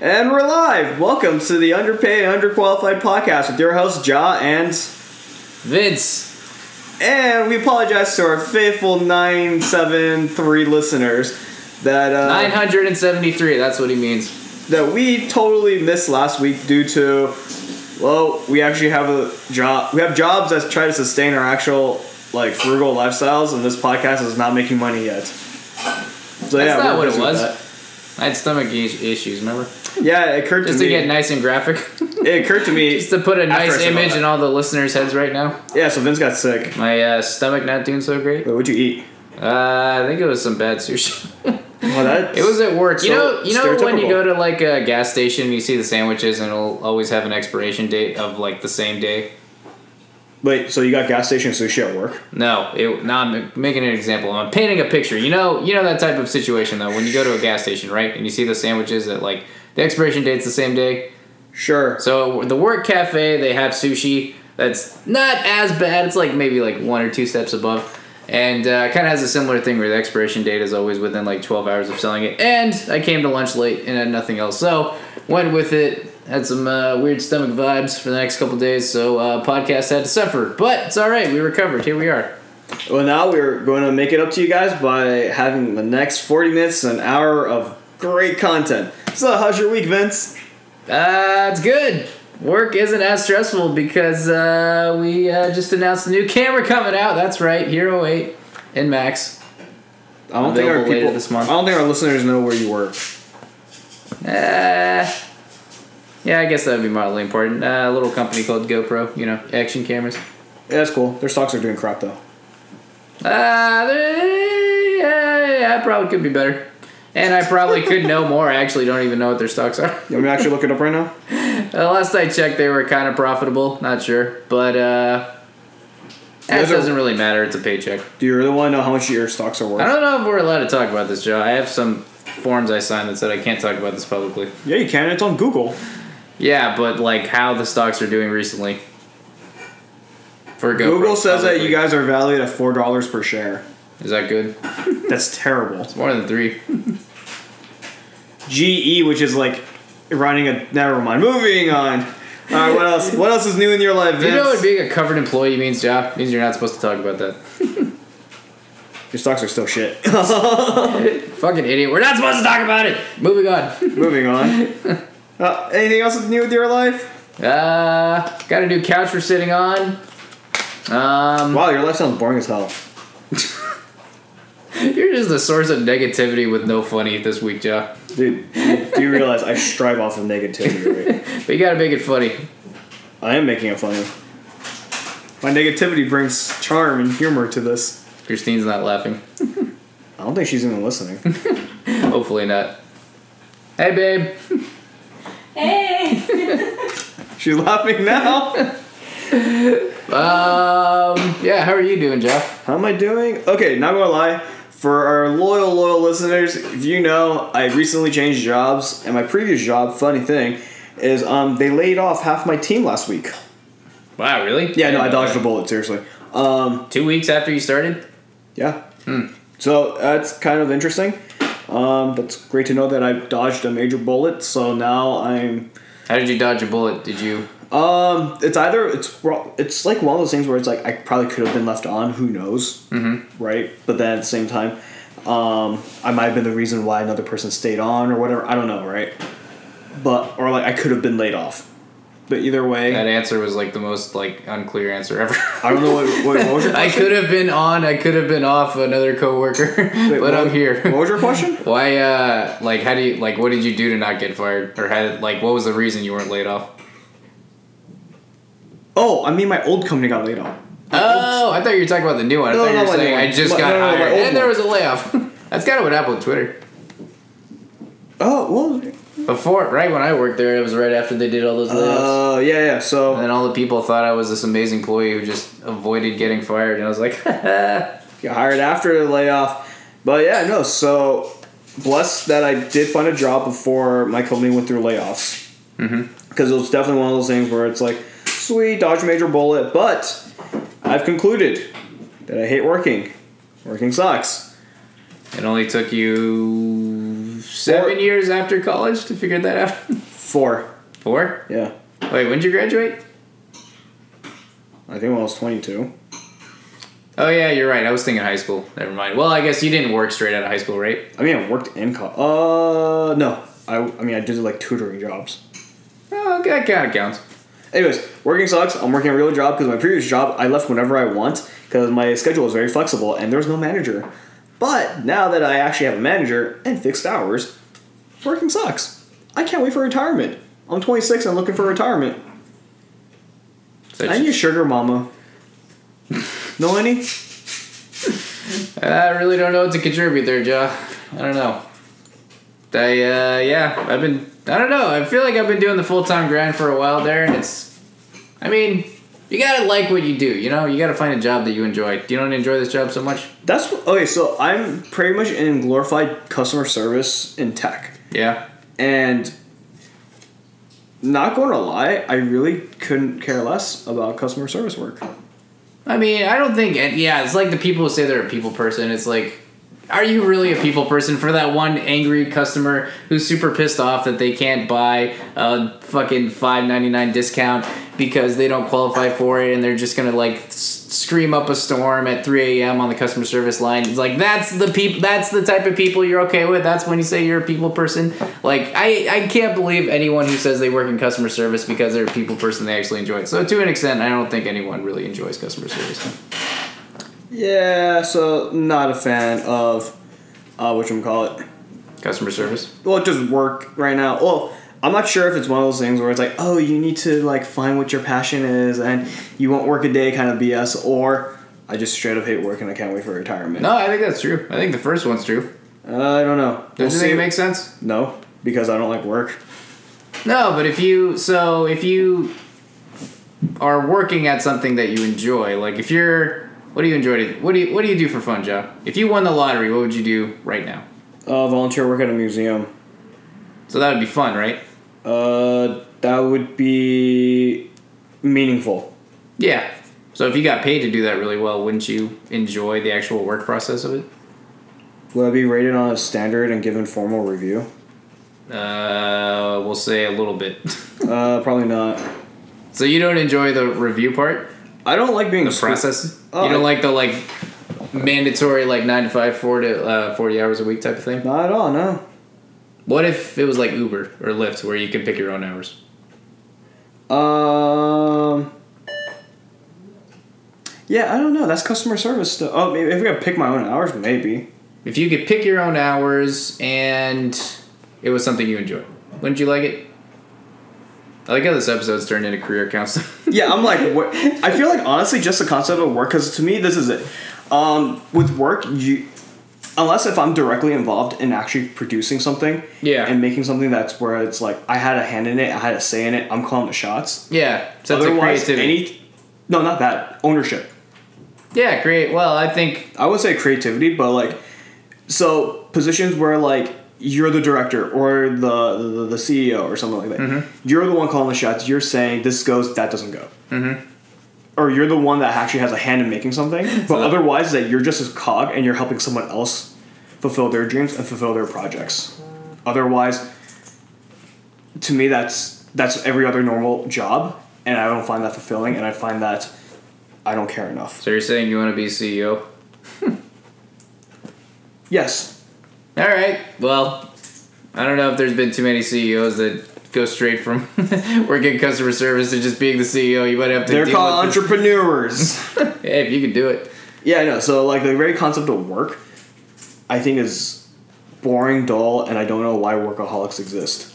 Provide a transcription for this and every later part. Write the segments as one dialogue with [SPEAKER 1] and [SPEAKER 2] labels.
[SPEAKER 1] And we're live. Welcome to the Underpaid, Underqualified podcast with your host Ja and
[SPEAKER 2] Vince.
[SPEAKER 1] and we apologize to our faithful nine seven three listeners that uh,
[SPEAKER 2] 973, that's what he means.
[SPEAKER 1] that we totally missed last week due to well, we actually have a job. We have jobs that try to sustain our actual like frugal lifestyles, and this podcast is not making money yet. So yeah,
[SPEAKER 2] That's not
[SPEAKER 1] we're
[SPEAKER 2] what it
[SPEAKER 1] busy with
[SPEAKER 2] was.
[SPEAKER 1] that.
[SPEAKER 2] I had stomach is- issues, remember?
[SPEAKER 1] Yeah, it occurred to
[SPEAKER 2] Just
[SPEAKER 1] me.
[SPEAKER 2] to get nice and graphic.
[SPEAKER 1] it occurred to me.
[SPEAKER 2] Just to put a
[SPEAKER 1] I
[SPEAKER 2] nice
[SPEAKER 1] said all
[SPEAKER 2] image
[SPEAKER 1] that.
[SPEAKER 2] in all the listeners' heads right now.
[SPEAKER 1] yeah, so Vince got sick.
[SPEAKER 2] My uh, stomach not doing so great.
[SPEAKER 1] Wait, what'd you eat?
[SPEAKER 2] Uh, I think it was some bad sushi.
[SPEAKER 1] Well, that
[SPEAKER 2] It was at work. You
[SPEAKER 1] So
[SPEAKER 2] know, you know when you
[SPEAKER 1] stereotypical.
[SPEAKER 2] go to like a gas station, you see the sandwiches, and it'll always have an expiration date of like the same day.
[SPEAKER 1] Wait, so you got gas station sushi at work?
[SPEAKER 2] No, it, now I'm making an example. I'm painting a picture. You know, you know that type of situation though. When you go to a gas station, right, and you see the sandwiches that like the expiration date's the same day.
[SPEAKER 1] Sure.
[SPEAKER 2] So the work cafe, they have sushi that's not as bad. It's like maybe like one or two steps above, and uh, kind of has a similar thing where the expiration date is always within like 12 hours of selling it. And I came to lunch late and had nothing else, so went with it. Had some uh, weird stomach vibes for the next couple days, so uh, podcast had to suffer. But it's all right. We recovered. Here we are.
[SPEAKER 1] Well, now we're going to make it up to you guys by having the next 40 minutes, an hour of great content. So, how's your week, Vince?
[SPEAKER 2] Uh, it's good. Work isn't as stressful because uh, we uh, just announced a new camera coming out. That's right, Hero 8 and Max.
[SPEAKER 1] I don't think our
[SPEAKER 2] Available later
[SPEAKER 1] people,
[SPEAKER 2] this month.
[SPEAKER 1] I don't think our listeners know where you work.
[SPEAKER 2] Uh, yeah, I guess that would be mildly important. Uh, a little company called GoPro, you know, action cameras.
[SPEAKER 1] Yeah, that's cool. Their stocks are doing crap though.
[SPEAKER 2] Uh, they- yeah, yeah, I probably could be better. And I probably could know more. I actually don't even know what their stocks are.
[SPEAKER 1] You want me to actually look it up right now?
[SPEAKER 2] Uh, last I checked, they were kind of profitable. Not sure. But uh, that
[SPEAKER 1] Those are-
[SPEAKER 2] doesn't really matter. It's a paycheck.
[SPEAKER 1] Do you really want to know how much your stocks are
[SPEAKER 2] I
[SPEAKER 1] worth?
[SPEAKER 2] don't know if we're allowed to talk about this, Joe. I have some forms I signed that said I can't talk about this publicly.
[SPEAKER 1] Yeah, you can. It's on Google.
[SPEAKER 2] Yeah, but like how the stocks are doing recently. For GoPro,
[SPEAKER 1] Google says that
[SPEAKER 2] publicly.
[SPEAKER 1] you guys are valued at four dollars per share.
[SPEAKER 2] Is that good?
[SPEAKER 1] That's terrible.
[SPEAKER 2] It's more than three.
[SPEAKER 1] GE, E, which is like running a. Never mind. Moving on. All right, what else? What else is new in your life, Vince?
[SPEAKER 2] You know what being a covered employee means, Job? Means you're not supposed to talk about that.
[SPEAKER 1] Your stocks are still shit.
[SPEAKER 2] Fucking idiot. We're not supposed to talk about it. Moving on.
[SPEAKER 1] Moving on. Uh, anything else that's new with your life?
[SPEAKER 2] Uh, got a new couch we're sitting on. Um,
[SPEAKER 1] Wow, your life sounds boring as hell.
[SPEAKER 2] you're just the source of negativity with no funny this week, Joe.
[SPEAKER 1] Dude, do you realize I strive off of negativity? Right?
[SPEAKER 2] But you gotta make it funny.
[SPEAKER 1] I am making it funny. My negativity brings charm and humor to this.
[SPEAKER 2] Christine's not laughing.
[SPEAKER 1] I don't think she's even listening.
[SPEAKER 2] Hopefully not. Hey, babe.
[SPEAKER 3] Hey!
[SPEAKER 1] She's laughing now.
[SPEAKER 2] Um, yeah, how are you doing, Joe?
[SPEAKER 1] How am I doing? Okay, not gonna lie. For our loyal, loyal listeners, if you know, I recently changed jobs, and my previous job, funny thing, is um, they laid off half my team last week.
[SPEAKER 2] Wow, really?
[SPEAKER 1] Yeah, no, I dodged a
[SPEAKER 2] uh,
[SPEAKER 1] bullet, seriously. Um,
[SPEAKER 2] Two weeks after you started?
[SPEAKER 1] Yeah.
[SPEAKER 2] Hmm.
[SPEAKER 1] So that's kind of interesting. Um, but it's great to know that I dodged a major bullet. So now I'm.
[SPEAKER 2] How did you dodge a bullet? Did you
[SPEAKER 1] Um, it's either it's ro- it's like one of those things where it's like I probably could have been left on. Who knows? Mm-hmm. Right. But then at the same time, um, I might have been the reason why another person stayed on or whatever. I don't know. Right. But or like I could have been laid off. But either way,
[SPEAKER 2] That answer was like the most like unclear answer ever.
[SPEAKER 1] I don't know what, what, what was your
[SPEAKER 2] I
[SPEAKER 1] question.
[SPEAKER 2] could have been on, I could have been off another coworker,
[SPEAKER 1] Wait,
[SPEAKER 2] but
[SPEAKER 1] what-
[SPEAKER 2] I'm here.
[SPEAKER 1] What was your question?
[SPEAKER 2] Why? uh Like, how do you like? What did you do to not get fired, or had like what was the reason you weren't laid off?
[SPEAKER 1] Oh, I mean, my old company got laid off.
[SPEAKER 2] Oh, I thought you were talking about the new one. I
[SPEAKER 1] No,
[SPEAKER 2] thought you
[SPEAKER 1] not
[SPEAKER 2] were
[SPEAKER 1] my new
[SPEAKER 2] saying
[SPEAKER 1] one.
[SPEAKER 2] I just
[SPEAKER 1] My-
[SPEAKER 2] got
[SPEAKER 1] no, no, my
[SPEAKER 2] hired
[SPEAKER 1] old
[SPEAKER 2] and there
[SPEAKER 1] one.
[SPEAKER 2] was a layoff. That's kind of what happened with Twitter.
[SPEAKER 1] Oh well,
[SPEAKER 2] Before, right when I worked there, it was right after they did all those layoffs.
[SPEAKER 1] Uh, yeah, yeah. So
[SPEAKER 2] and then all the people thought I was this amazing employee who just avoided getting fired, and I was like,
[SPEAKER 1] get hired after the layoff. But yeah, no. So blessed that I did find a job before my company went through layoffs. Because it was definitely one of those things where it's like, sweet, dodge a major bullet. But I've concluded that I hate working. Working sucks.
[SPEAKER 2] It only took you s- seven
[SPEAKER 1] Four.
[SPEAKER 2] years after college to figure that out.
[SPEAKER 1] Four.
[SPEAKER 2] Four?
[SPEAKER 1] Yeah.
[SPEAKER 2] Wait, when did you graduate?
[SPEAKER 1] I think when I was 22.
[SPEAKER 2] Oh yeah, you're right. I was thinking high school. Never mind. Well, I guess you didn't work straight out of high school, right?
[SPEAKER 1] I mean, I worked in college. Uh, no. I, I mean, I did like tutoring jobs.
[SPEAKER 2] Oh, okay, that kind of counts.
[SPEAKER 1] Anyways, working sucks. I'm working a real job because my previous job I left whenever I want because my schedule is very flexible and there's no manager. But now that I actually have a manager and fixed hours, working sucks. I can't wait for retirement. I'm 26 and looking for retirement.
[SPEAKER 2] So
[SPEAKER 1] I need a sugar mama. no any?
[SPEAKER 2] I really don't know what to contribute there, Joe. I don't know. I uh, yeah, I've been. I don't know. I feel like I've been doing the full time grind for a while there, and it's. I mean, you gotta like what you do. You know, you gotta find a job that you enjoy. You don't enjoy this job so much.
[SPEAKER 1] That's okay. So I'm pretty much in glorified customer service in tech.
[SPEAKER 2] Yeah.
[SPEAKER 1] And not going to lie, I really couldn't care less about customer service work.
[SPEAKER 2] I mean, I don't think. And yeah, it's like the people who say they're a people person. It's like, are you really a people person for that one angry customer who's super pissed off that they can't buy a fucking five ninety nine discount because they don't qualify for it, and they're just gonna like s- scream up a storm at three a.m. on the customer service line? It's like that's the people. That's the type of people you're okay with. That's when you say you're a people person. Like I, I can't believe anyone who says they work in customer service because they're a people person. They actually enjoy it. So to an extent, I don't think anyone really enjoys customer service.
[SPEAKER 1] Yeah, so not a fan of uh, which call it.
[SPEAKER 2] customer service.
[SPEAKER 1] Well, it just work right now. Well, I'm not sure if it's one of those things where it's like, oh, you need to like find what your passion is and you won't work a day kind of BS, or I just straight up hate work and I can't wait for retirement.
[SPEAKER 2] No, I think that's true. I think the first one's true.
[SPEAKER 1] Uh, I don't know.
[SPEAKER 2] Don't
[SPEAKER 1] We'll
[SPEAKER 2] you
[SPEAKER 1] see.
[SPEAKER 2] think it makes sense?
[SPEAKER 1] no, because I don't like work.
[SPEAKER 2] No, but if you so if you are working at something that you enjoy, like if you're what do you enjoy? To, what do you what do you do for fun, Joe? If you won the lottery, what would you do right now?
[SPEAKER 1] Uh, volunteer work at a museum.
[SPEAKER 2] So that would be fun, right?
[SPEAKER 1] Uh, that would be meaningful.
[SPEAKER 2] Yeah. So if you got paid to do that really well, wouldn't you enjoy the actual work process of it?
[SPEAKER 1] Will I be rated on a standard and given formal review?
[SPEAKER 2] Uh, we'll say a little bit.
[SPEAKER 1] Uh, probably not.
[SPEAKER 2] so you don't enjoy the review part?
[SPEAKER 1] I don't like being
[SPEAKER 2] the
[SPEAKER 1] sque-
[SPEAKER 2] process.
[SPEAKER 1] Oh,
[SPEAKER 2] you
[SPEAKER 1] I-
[SPEAKER 2] don't like the like mandatory like nine to five, four to uh, forty hours a week type of thing.
[SPEAKER 1] Not at all. No.
[SPEAKER 2] What if it was like Uber or Lyft, where you can pick your own hours?
[SPEAKER 1] Um. Yeah, I don't know. That's customer service stuff. Oh, maybe if I could pick my own hours, maybe.
[SPEAKER 2] If you could pick your own hours and it was something you enjoyed, wouldn't you like it? I like how this episode's turned into career counseling.
[SPEAKER 1] Yeah, I'm like, what? I feel like honestly, just the concept of work. Because to me, this is it. Um, with work, you unless if I'm directly involved in actually producing something,
[SPEAKER 2] Yeah.
[SPEAKER 1] and making something that's where it's like I had a hand in it, I had a say in it. I'm calling the shots.
[SPEAKER 2] yeah, so it's a
[SPEAKER 1] Otherwise,
[SPEAKER 2] creativity.
[SPEAKER 1] any no, not that ownership.
[SPEAKER 2] yeah, create. Well, I think
[SPEAKER 1] I would say creativity, but like so positions where like you're the director or the the, the CEO or something like that. You're the one calling the shots. You're saying this goes, that doesn't go. Mm-hmm. Or you're the one that actually has a hand in making something, but otherwise that you're just a cog and you're helping someone else fulfill their dreams and fulfill their projects. Otherwise, to me, that's that's every other normal job, and I don't find that fulfilling, and I find that I don't care enough.
[SPEAKER 2] so. You're saying you want to be E CEO?
[SPEAKER 1] Yes,
[SPEAKER 2] All right. Well, I don't know if there's been too many CEOs that go straight from working customer service to just being the CEO. You might have to.
[SPEAKER 1] They're
[SPEAKER 2] deal
[SPEAKER 1] called
[SPEAKER 2] with this.
[SPEAKER 1] entrepreneurs.
[SPEAKER 2] Hey, if you can do it.
[SPEAKER 1] yeah, I know. So like the very concept of work, I think is boring, dull, and I don't know why workaholics exist.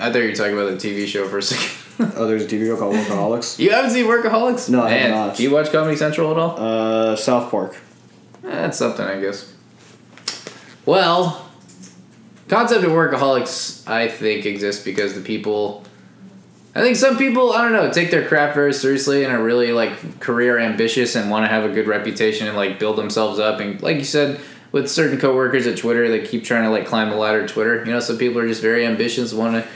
[SPEAKER 2] I thought you were talking about the TV show for a second.
[SPEAKER 1] Oh, there's a TV show called Workaholics.
[SPEAKER 2] you haven't seen Workaholics?
[SPEAKER 1] No, I have
[SPEAKER 2] Man,
[SPEAKER 1] not.
[SPEAKER 2] Do you watch Comedy Central at all?
[SPEAKER 1] Uh, South Park.
[SPEAKER 2] Eh, that's something, I guess. Well, concept of workaholics, I think, exists because the people. I think some people, I don't know, take their craft very seriously and are really like career ambitious and want to have a good reputation and like build themselves up. And like you said, with certain coworkers at Twitter that keep trying to like climb the ladder at Twitter, you know, some people are just very ambitious, want to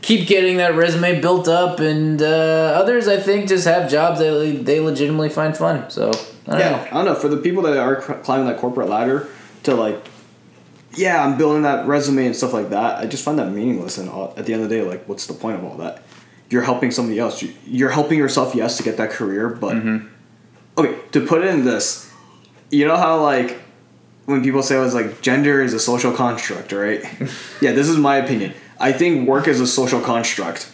[SPEAKER 2] keep getting that resume built up, and uh, others, I think, just have jobs they they legitimately find fun. So I don't
[SPEAKER 1] Yeah,
[SPEAKER 2] know.
[SPEAKER 1] I don't know. For the people that are cr- climbing that corporate ladder to like yeah, I'm building that resume and stuff like that. I just find that meaningless. And all, at the end of the day, like, what's the point of all that? You're helping somebody else. You- You're helping yourself, yes, to get that career. But
[SPEAKER 2] Mm-hmm.
[SPEAKER 1] okay, to put it in this, you know how like when people say it's like gender is a social construct, right? yeah, this is my opinion. I think work is a social construct.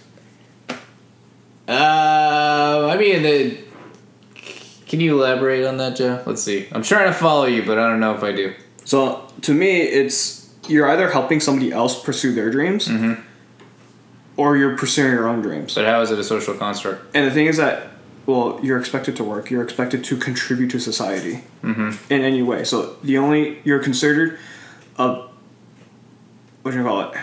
[SPEAKER 2] Uh, I mean, the, can you elaborate on that, Joe? Let's see. I'm trying to follow you, but I don't know if I do.
[SPEAKER 1] So to me, it's you're either helping somebody else pursue their dreams, or you're pursuing your own dreams.
[SPEAKER 2] But how is it a social construct?
[SPEAKER 1] And the thing is that, well, you're expected to work. You're expected to contribute to society in any way. So the only you're considered a what do you call it?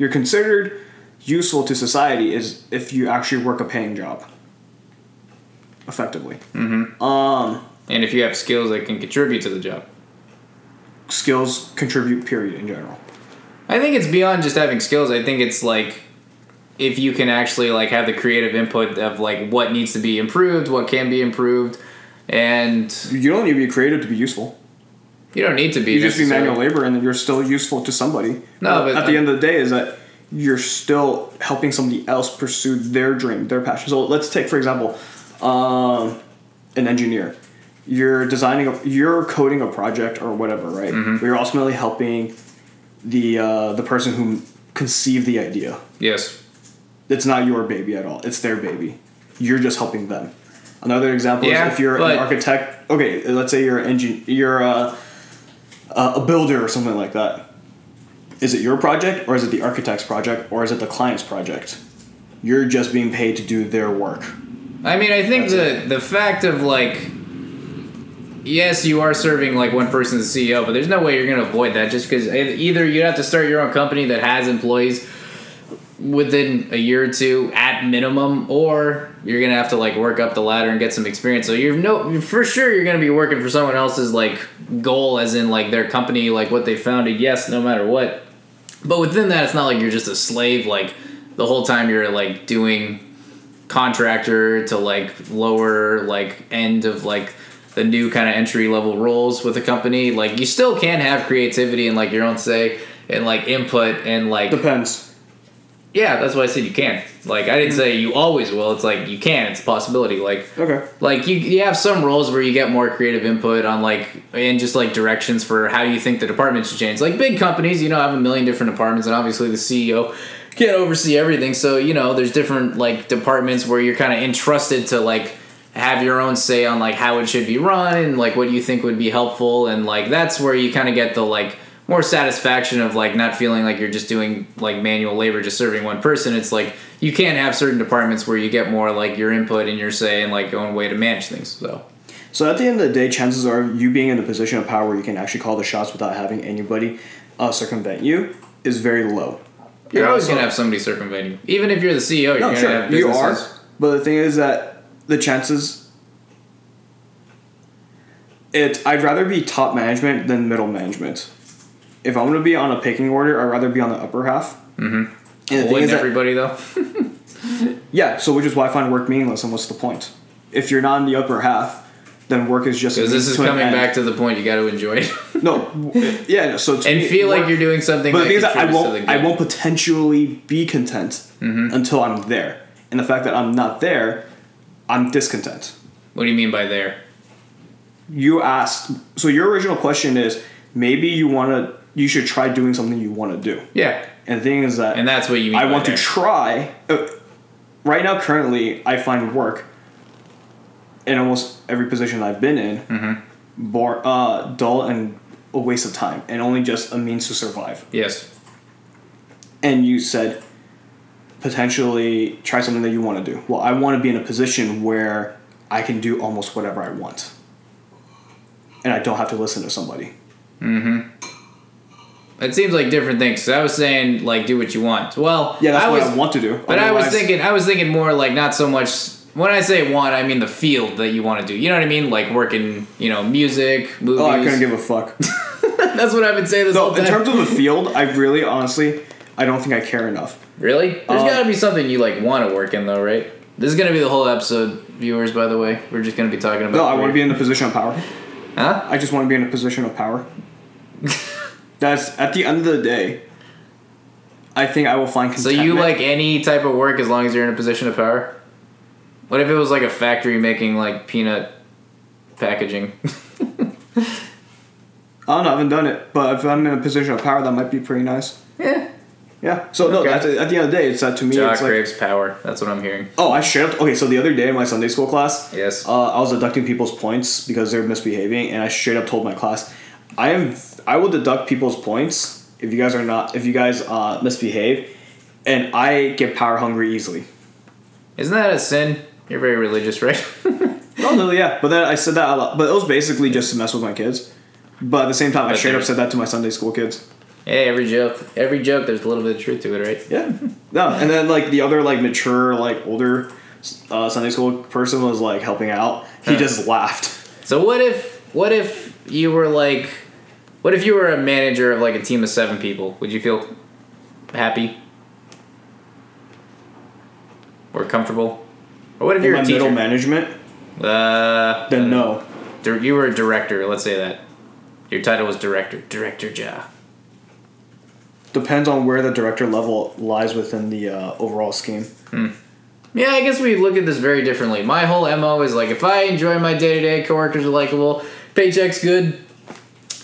[SPEAKER 1] You're considered useful to society is if you actually work a paying job. Effectively,
[SPEAKER 2] And if you have skills that can contribute to the job.
[SPEAKER 1] skills contribute. Period. In general.
[SPEAKER 2] I think it's beyond just having skills. I think it's like if you can actually like have the creative input of like what needs to be improved, what can be improved, and
[SPEAKER 1] You don't need to be creative to be useful.
[SPEAKER 2] you don't need to be.
[SPEAKER 1] You just be
[SPEAKER 2] necessarily-
[SPEAKER 1] manual labor, and you're still useful to somebody.
[SPEAKER 2] No, but
[SPEAKER 1] at the
[SPEAKER 2] I-
[SPEAKER 1] end of the day, is that you're still helping somebody else pursue their dream, their passion. So let's take for example, um, an engineer. You're designing, a, you're coding a project or whatever, right? But you're ultimately helping the uh, the person who conceived the idea.
[SPEAKER 2] Yes.
[SPEAKER 1] It's not your baby at all. It's their baby. You're just helping them. Another example
[SPEAKER 2] Yeah,
[SPEAKER 1] is if you're
[SPEAKER 2] but-
[SPEAKER 1] an architect. Okay, let's say you're an engine, you're a, a builder or something like that. Is it your project or is it the architect's project or is it the client's project? You're just being paid to do their work.
[SPEAKER 2] I mean, I think the the fact of like, yes, you are serving like one person as CEO, but there's no way you're going to avoid that just because either you'd have to start your own company that has employees within a year or two at minimum, or you're going to have to like work up the ladder and get some experience. So you're no for sure you're going to be working for someone else's like goal, as in like their company, like what they founded. Yes, no matter what. But within that, it's not like you're just a slave. Like the whole time you're like doing contractor to like lower like end of like the new kind of entry level roles with a company like you still can have creativity and like your own say and like input and like
[SPEAKER 1] Depends.
[SPEAKER 2] yeah that's why i said you can like i didn't say you always will it's like you can it's a possibility like
[SPEAKER 1] Okay.
[SPEAKER 2] like you, you have some roles where you get more creative input on like and just like directions for how you think the department should change like big companies you know have a million different departments and obviously the ceo can't oversee everything so you know there's different like departments where you're kind of entrusted to like have your own say on like how it should be run and like what you think would be helpful and like that's where you kind of get the like more satisfaction of like not feeling like you're just doing like manual labor just serving one person it's like you can have certain departments where you get more like your input and your say and like your own way to manage things so
[SPEAKER 1] So at the end of the day, chances are you being in a position of power where you can actually call the shots without having anybody uh, circumvent you is very low.
[SPEAKER 2] you're always
[SPEAKER 1] also-
[SPEAKER 2] gonna have somebody circumvent you even if you're the ceo you're
[SPEAKER 1] No,
[SPEAKER 2] gonna
[SPEAKER 1] sure,
[SPEAKER 2] have
[SPEAKER 1] you
[SPEAKER 2] businesses.
[SPEAKER 1] are. But the thing is that the chances. It. I'd rather be top management than middle management. If I'm gonna be on a picking order, I'd rather be on the upper half. Mm-hmm. And the thing
[SPEAKER 2] Wouldn't
[SPEAKER 1] is that-
[SPEAKER 2] everybody though
[SPEAKER 1] yeah, so which is why I find work meaningless. And what's the point? If you're not in the upper half, then work is just. a
[SPEAKER 2] because this
[SPEAKER 1] means
[SPEAKER 2] is
[SPEAKER 1] to an
[SPEAKER 2] coming
[SPEAKER 1] end.
[SPEAKER 2] back to the point you got to enjoy it
[SPEAKER 1] No, w- yeah, no, so to
[SPEAKER 2] and
[SPEAKER 1] me,
[SPEAKER 2] feel like
[SPEAKER 1] work-
[SPEAKER 2] you're doing something
[SPEAKER 1] But the
[SPEAKER 2] that
[SPEAKER 1] thing is, that I
[SPEAKER 2] contributes to the
[SPEAKER 1] won't. I
[SPEAKER 2] game.
[SPEAKER 1] won't potentially be content
[SPEAKER 2] Mm-hmm.
[SPEAKER 1] until I'm there. And the fact that I'm not there, I'm discontent.
[SPEAKER 2] what do you mean by there
[SPEAKER 1] You asked. So your original question is maybe you want to. You should try doing something you want to do.
[SPEAKER 2] yeah
[SPEAKER 1] And the thing is that
[SPEAKER 2] and that's what you mean
[SPEAKER 1] I
[SPEAKER 2] by
[SPEAKER 1] want
[SPEAKER 2] there.
[SPEAKER 1] to try. Uh, right now, currently, I find work in almost every position I've been in
[SPEAKER 2] Mm-hmm.
[SPEAKER 1] bore, uh, dull and a waste of time, and only just a means to survive.
[SPEAKER 2] yes
[SPEAKER 1] And you said potentially try something that you want to do. Well, I want to be in a position where I can do almost whatever I want, and I don't have to listen to somebody.
[SPEAKER 2] It seems like different things. 'cause I was saying like do what you want. Well,
[SPEAKER 1] Yeah, that's
[SPEAKER 2] I
[SPEAKER 1] what
[SPEAKER 2] was,
[SPEAKER 1] I want to do.
[SPEAKER 2] But I was
[SPEAKER 1] Otherwise-
[SPEAKER 2] thinking, I was thinking more like not so much. When I say want, I mean the field that you want to do. You know what I mean? Like working, you know, music, movies.
[SPEAKER 1] oh, I couldn't give a fuck.
[SPEAKER 2] That's what I've been saying this
[SPEAKER 1] so,
[SPEAKER 2] whole time.
[SPEAKER 1] in terms of the field, I really, honestly, I don't think I care enough.
[SPEAKER 2] really, there's
[SPEAKER 1] Um,
[SPEAKER 2] got to be something you like want to work in, though, right? This is gonna be the whole episode, viewers. By the way, we're just gonna be talking about.
[SPEAKER 1] No, I want to be in the position of power.
[SPEAKER 2] Huh?
[SPEAKER 1] I just want to be in a position of power. That's at the end of the day. I think I will find
[SPEAKER 2] So
[SPEAKER 1] contentment.
[SPEAKER 2] you like any type of work as long as you're in a position of power? What if it was like a factory making like peanut packaging?
[SPEAKER 1] I don't know. I haven't done it, but if I'm in a position of power, that might be pretty nice.
[SPEAKER 2] yeah.
[SPEAKER 1] Yeah. So no,
[SPEAKER 2] Okay.
[SPEAKER 1] that's, at the end of the day, it's that to me.
[SPEAKER 2] Jock
[SPEAKER 1] it's like,
[SPEAKER 2] craves power. That's what I'm hearing.
[SPEAKER 1] oh, I straight up. Okay, so the other day in my Sunday school class,
[SPEAKER 2] Yes.
[SPEAKER 1] uh, I was deducting people's points because they're misbehaving, and I straight up told my class, I am. I will deduct people's points if you guys are not if you guys uh, misbehave, and I get power hungry easily.
[SPEAKER 2] Isn't that a sin? You're very religious, right?
[SPEAKER 1] Oh no, yeah. But then I said that a lot, but it was basically just to mess with my kids. But at the same time, I
[SPEAKER 2] But
[SPEAKER 1] straight up
[SPEAKER 2] they're-
[SPEAKER 1] said that to my Sunday school kids.
[SPEAKER 2] hey, every joke, every joke, there's a little bit of truth to it, right?
[SPEAKER 1] Yeah. No, and then like the other like mature like older uh, Sunday school person was like helping out. He
[SPEAKER 2] Huh.
[SPEAKER 1] just laughed.
[SPEAKER 2] So what if what if you were like what if you were a manager of like a team of seven people? Would you feel happy? Or comfortable? Or what if
[SPEAKER 1] In
[SPEAKER 2] you're
[SPEAKER 1] my
[SPEAKER 2] a teacher?
[SPEAKER 1] middle management,
[SPEAKER 2] Uh
[SPEAKER 1] then no.
[SPEAKER 2] dir- you were a director, let's say that. Your title was director. Director Ja.
[SPEAKER 1] Depends on where the director level lies within the uh, overall scheme.
[SPEAKER 2] Yeah, I guess we look at this very differently. My whole MO is like if I enjoy my day to day, coworkers are likable, paycheck's good,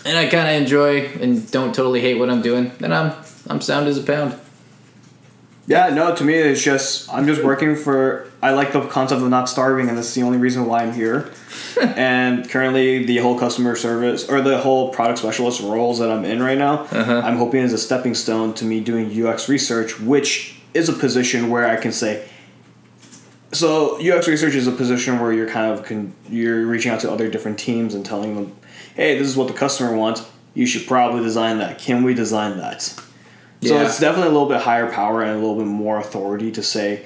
[SPEAKER 2] and I kinda enjoy and don't totally hate what I'm doing, then I'm I'm sound as a pound.
[SPEAKER 1] Yeah, no. To me, it's just I'm just working for. I like the concept of not starving, and that's the only reason why I'm here. and currently, the whole customer service or the whole product specialist roles that I'm in right now, I'm hoping is a stepping stone to me doing UX research, which is a position where I can say. So UX research is a position where you're kind of con- you're reaching out to other different teams and telling them, "Hey, this is what the customer wants. You should probably design that. Can we design that?" So
[SPEAKER 2] Yeah.
[SPEAKER 1] it's definitely a little bit higher power and a little bit more authority to say,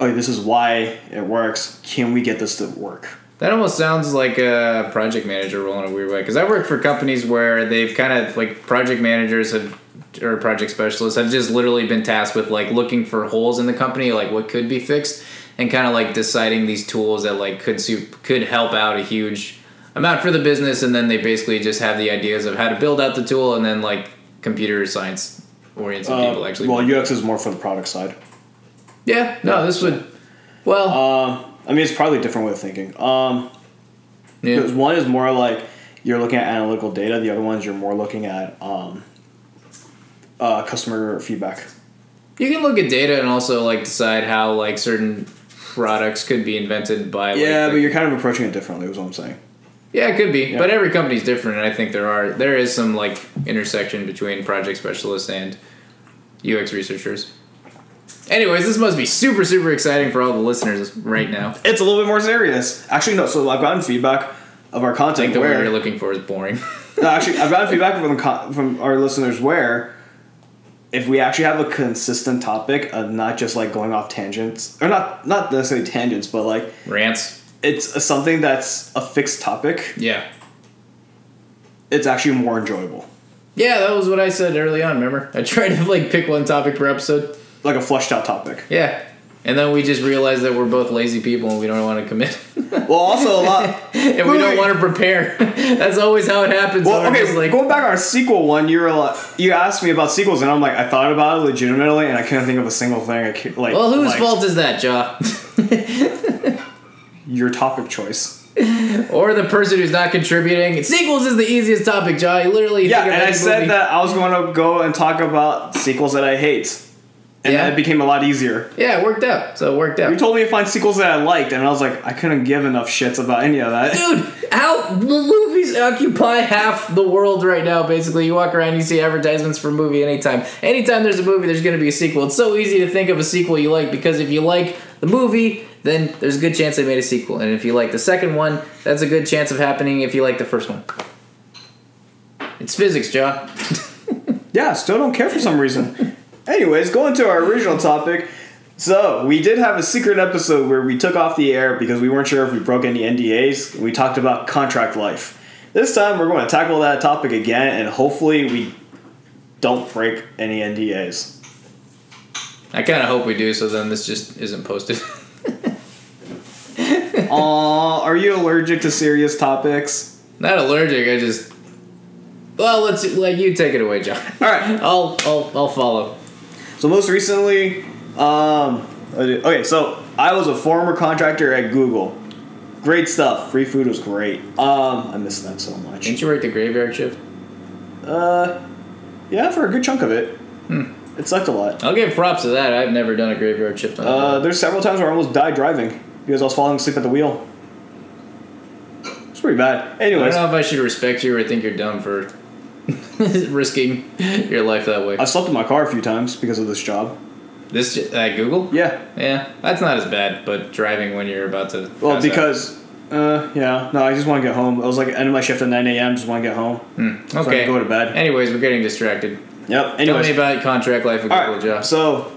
[SPEAKER 1] "Oh, this is why it works. Can we get this to work?"
[SPEAKER 2] That almost sounds like a project manager role in a weird way. Because I work for companies where they've kind of like project managers have or project specialists have just literally been tasked with like looking for holes in the company, like what could be fixed, and kind of like deciding these tools that like could sup- could help out a huge amount for the business. And then they basically just have the ideas of how to build out the tool, and then like computer science oriented
[SPEAKER 1] Uh,
[SPEAKER 2] people actually.
[SPEAKER 1] well, UX is more for the product side.
[SPEAKER 2] yeah, no, this would. Well,
[SPEAKER 1] Um, I mean, it's probably a different way of thinking. Um,
[SPEAKER 2] yeah.
[SPEAKER 1] because one is more like you're looking at analytical data. The other ones you're more looking at um, uh, customer feedback.
[SPEAKER 2] You can look at data and also like decide how like certain products could be invented by. Like,
[SPEAKER 1] Yeah,
[SPEAKER 2] the-
[SPEAKER 1] but you're kind of approaching it differently. Is what I'm saying.
[SPEAKER 2] yeah, it could be. But every company's different, and I think there are there is some like intersection between project specialists and UX researchers. Anyways, this must be super super exciting for all the listeners right now. I
[SPEAKER 1] It's a little bit more serious. Actually, no. So I've gotten feedback of our content
[SPEAKER 2] think the
[SPEAKER 1] where
[SPEAKER 2] word you're looking for is boring.
[SPEAKER 1] No, actually, I've gotten feedback from co- from our listeners where if we actually have a consistent topic of not just like going off tangents or not not necessarily tangents, but like
[SPEAKER 2] Rants.
[SPEAKER 1] it's something that's a fixed topic,
[SPEAKER 2] Yeah.
[SPEAKER 1] it's actually more enjoyable.
[SPEAKER 2] Yeah, that was what I said early on. Remember, I tried to like pick one topic per episode.
[SPEAKER 1] Like a fleshed out topic.
[SPEAKER 2] Yeah, and then we just realized that we're both lazy people and we don't want to commit.
[SPEAKER 1] Well, also a lot.
[SPEAKER 2] and we don't want to prepare. That's always how it happens.
[SPEAKER 1] Well,
[SPEAKER 2] We're
[SPEAKER 1] okay.
[SPEAKER 2] just like,
[SPEAKER 1] going back on our sequel one, you were like, you asked me about sequels, and I'm like, I thought about it legitimately, and I couldn't think of a single thing. I ca- like,
[SPEAKER 2] well, whose
[SPEAKER 1] liked.
[SPEAKER 2] fault is that, Ja?
[SPEAKER 1] Your topic choice.
[SPEAKER 2] or the person who's not contributing? Sequels is the easiest topic, Ja. You literally
[SPEAKER 1] Yeah,
[SPEAKER 2] think of
[SPEAKER 1] and I
[SPEAKER 2] any movie.
[SPEAKER 1] said that I was going to go and talk about sequels that I hate, and
[SPEAKER 2] Yeah.
[SPEAKER 1] that became a lot easier.
[SPEAKER 2] Yeah, it worked out. So it worked out.
[SPEAKER 1] You told me to find sequels that I liked, and I was like, I couldn't give enough shits about any of that.
[SPEAKER 2] Dude, how the movies occupy half the world right now. Basically, you walk around, you see advertisements for a movie anytime. Anytime there's a movie, there's going to be a sequel. It's so easy to think of a sequel you like because if you like the movie, then there's a good chance they made a sequel. And if you like the second one, that's a good chance of happening if you like the first one. It's physics, Joe.
[SPEAKER 1] Yeah, still don't care for some reason. Anyways, going to our original topic. So we did have a secret episode where we took off the air because we weren't sure if we broke any NDAs. We talked about contract life. This time we're going to tackle that topic again, and hopefully we don't break any NDAs.
[SPEAKER 2] I kind of hope we do, so then this just isn't posted.
[SPEAKER 1] Aw, are you allergic to serious topics?
[SPEAKER 2] Not allergic, I just Well, let's let you take it away, John.
[SPEAKER 1] All right.
[SPEAKER 2] I'll I'll I'll follow.
[SPEAKER 1] So most recently, um, I did- okay, so I was a former contractor at Google. Great stuff. Free food was great. Um, I miss that so
[SPEAKER 2] Didn't
[SPEAKER 1] much.
[SPEAKER 2] you work the graveyard shift?
[SPEAKER 1] Uh, yeah, for a good chunk of it,
[SPEAKER 2] Hmm.
[SPEAKER 1] it sucked a lot.
[SPEAKER 2] I'll give props to that. I've never done a graveyard shift. On
[SPEAKER 1] Uh, there's several times where I almost died driving because I was falling asleep at the wheel. It's pretty bad.
[SPEAKER 2] I don't
[SPEAKER 1] Anyways,
[SPEAKER 2] know if I should respect you or think you're dumb for risking your life that way.
[SPEAKER 1] I slept in my car a few times because of this job.
[SPEAKER 2] This j- at Google?
[SPEAKER 1] Yeah.
[SPEAKER 2] Yeah, that's not as bad. But driving when you're about to
[SPEAKER 1] Well,
[SPEAKER 2] pass out.
[SPEAKER 1] because, uh, yeah, no, I just want to get home. I was like, end of my shift at 9 a.m. Just want to get home. I
[SPEAKER 2] Hmm, okay,
[SPEAKER 1] go to bed.
[SPEAKER 2] Anyways, we're getting distracted.
[SPEAKER 1] Yep.
[SPEAKER 2] Tell
[SPEAKER 1] Anyways,
[SPEAKER 2] me about contract life at
[SPEAKER 1] All
[SPEAKER 2] Google,
[SPEAKER 1] right.
[SPEAKER 2] Josh.
[SPEAKER 1] So,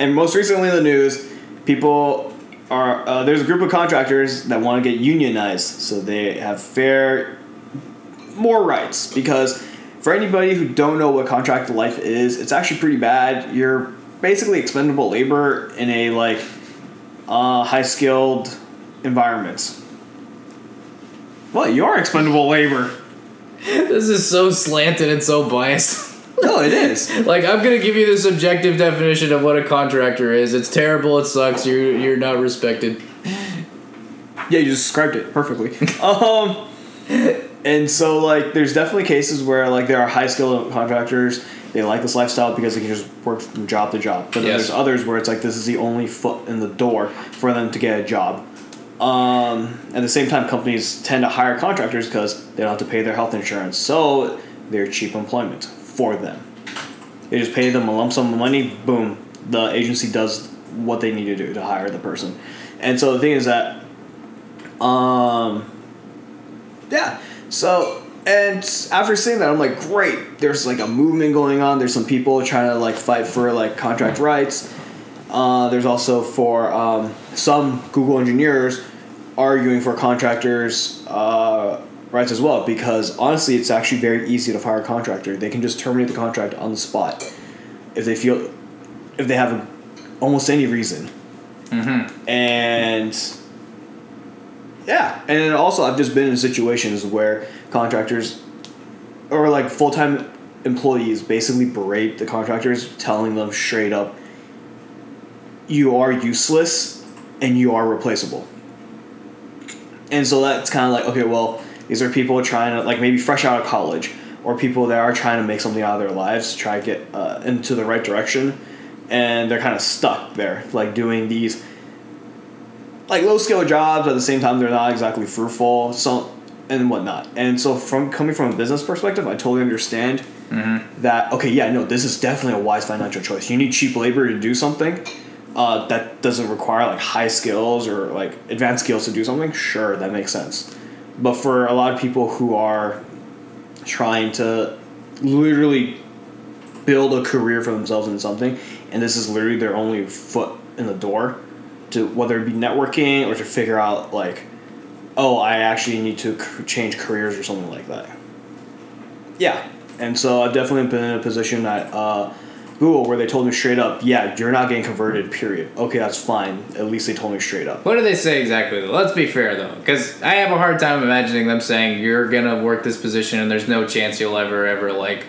[SPEAKER 1] and most recently in the news, people are uh, there's a group of contractors that want to get unionized, so they have fair, more rights. Because for anybody who don't know what contract life is, it's actually pretty bad. You're basically expendable labor in a like uh, high skilled environments. Well, you are expendable labor.
[SPEAKER 2] This is so slanted and so biased.
[SPEAKER 1] No, it is.
[SPEAKER 2] like I'm gonna give you the subjective definition of what a contractor is. It's terrible. It sucks. You're you're not respected.
[SPEAKER 1] Yeah, you just described it perfectly. um, and so like, there's definitely cases where like there are high skilled contractors. They like this lifestyle because they can just work from job to job. But then
[SPEAKER 2] Yes.
[SPEAKER 1] there's others where it's like this is the only foot in the door for them to get a job. Um, at the same time, companies tend to hire contractors because they don't have to pay their health insurance, so they're cheap employment for them. They just pay them a lump sum of money. Boom, the agency does what they need to do to hire the person. And so the thing is that um, yeah. So, and after seeing that, I'm like, great. There's like a movement going on. There's some people trying to like fight for like contract rights. Uh, there's also for um, some Google engineers arguing for contractors' uh, rights as well because honestly, it's actually very easy to fire a contractor. They can just terminate the contract on the spot if they feel if they have almost any reason. Mm-hmm. And yeah, and then also I've just been in situations where contractors or like full time employees basically berate the contractors, telling them straight up, "You are useless, and you are replaceable." And so that's kind of like okay, well, these are people trying to like maybe fresh out of college or people that are trying to make something out of their lives, try to get uh, into the right direction, and they're kind of stuck there, like doing these like low skill jobs but at the same time they're not exactly fruitful so and whatnot and so from coming from a business perspective i totally understand that okay yeah no this is definitely a wise financial choice you need cheap labor to do something uh, that doesn't require like high skills or like advanced skills to do something sure that makes sense but for a lot of people who are trying to literally build a career for themselves in something, and this is literally their only foot in the door to whether it be networking or to figure out like, oh, I actually need to c- change careers or something like that. Yeah, and so I've definitely been in a position at uh, Google where they told me straight up, yeah, you're not getting converted. Period. Okay, that's fine. At least they told me straight up.
[SPEAKER 2] What do they say exactly? Though? Let's be fair though, because I have a hard time imagining them saying you're gonna work this position and there's no chance you'll ever ever like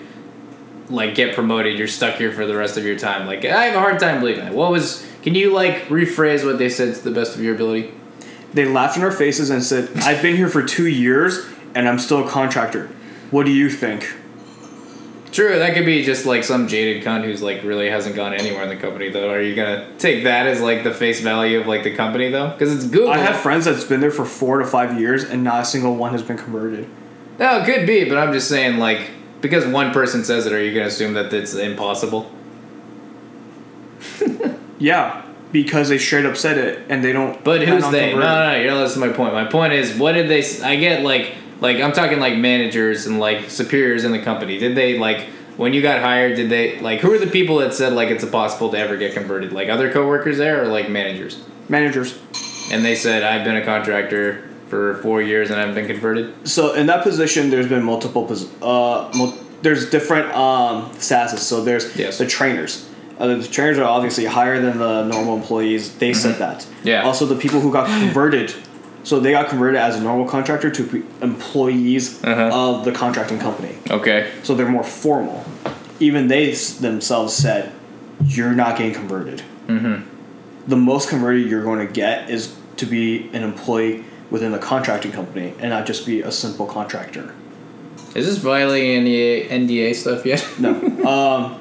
[SPEAKER 2] like get promoted. You're stuck here for the rest of your time. Like I have a hard time believing that. What was? Can you like rephrase what they said to the best of your ability?
[SPEAKER 1] They laughed in our faces and said, I've been here for two years and I'm still a contractor. What do you think?
[SPEAKER 2] True, that could be just like some jaded cunt who's like really hasn't gone anywhere in the company though. Are you gonna take that as like the face value of like the company though? Because it's Google.
[SPEAKER 1] I have friends that's been there for four to five years, and not a single one has been converted.
[SPEAKER 2] no, it could be, but I'm just saying like because one person says it, are you gonna assume that it's impossible?
[SPEAKER 1] Yeah, because they straight up said it, and they don't.
[SPEAKER 2] But
[SPEAKER 1] plan
[SPEAKER 2] who's
[SPEAKER 1] on
[SPEAKER 2] they? No,
[SPEAKER 1] converting.
[SPEAKER 2] no, no. You're listening to my point. My point is, what did they? s- I get like, like I'm talking like managers and like superiors in the company. Did they like when you got hired? Did they like who are the people that said like it's impossible to ever get converted? Like other coworkers there or like managers?
[SPEAKER 1] Managers.
[SPEAKER 2] And they said I've been a contractor for four years and I haven't been converted.
[SPEAKER 1] So in that position, there's been multiple. Pos- uh, mul- there's different um SASs. So there's
[SPEAKER 2] Yes.
[SPEAKER 1] the trainers. Uh, the trainers are obviously higher than the normal employees. They said that.
[SPEAKER 2] Mm-hmm. Yeah.
[SPEAKER 1] Also, the people who got converted So they got converted as a normal contractor to pe- employees
[SPEAKER 2] Uh-huh.
[SPEAKER 1] of the contracting company.
[SPEAKER 2] Okay.
[SPEAKER 1] So they're more formal. Even they s- themselves said, "You're not getting converted. The most converted you're going to get is to be an employee within the contracting company, and not just be a simple contractor."
[SPEAKER 2] Is this violating any NDA stuff yet?
[SPEAKER 1] No. um,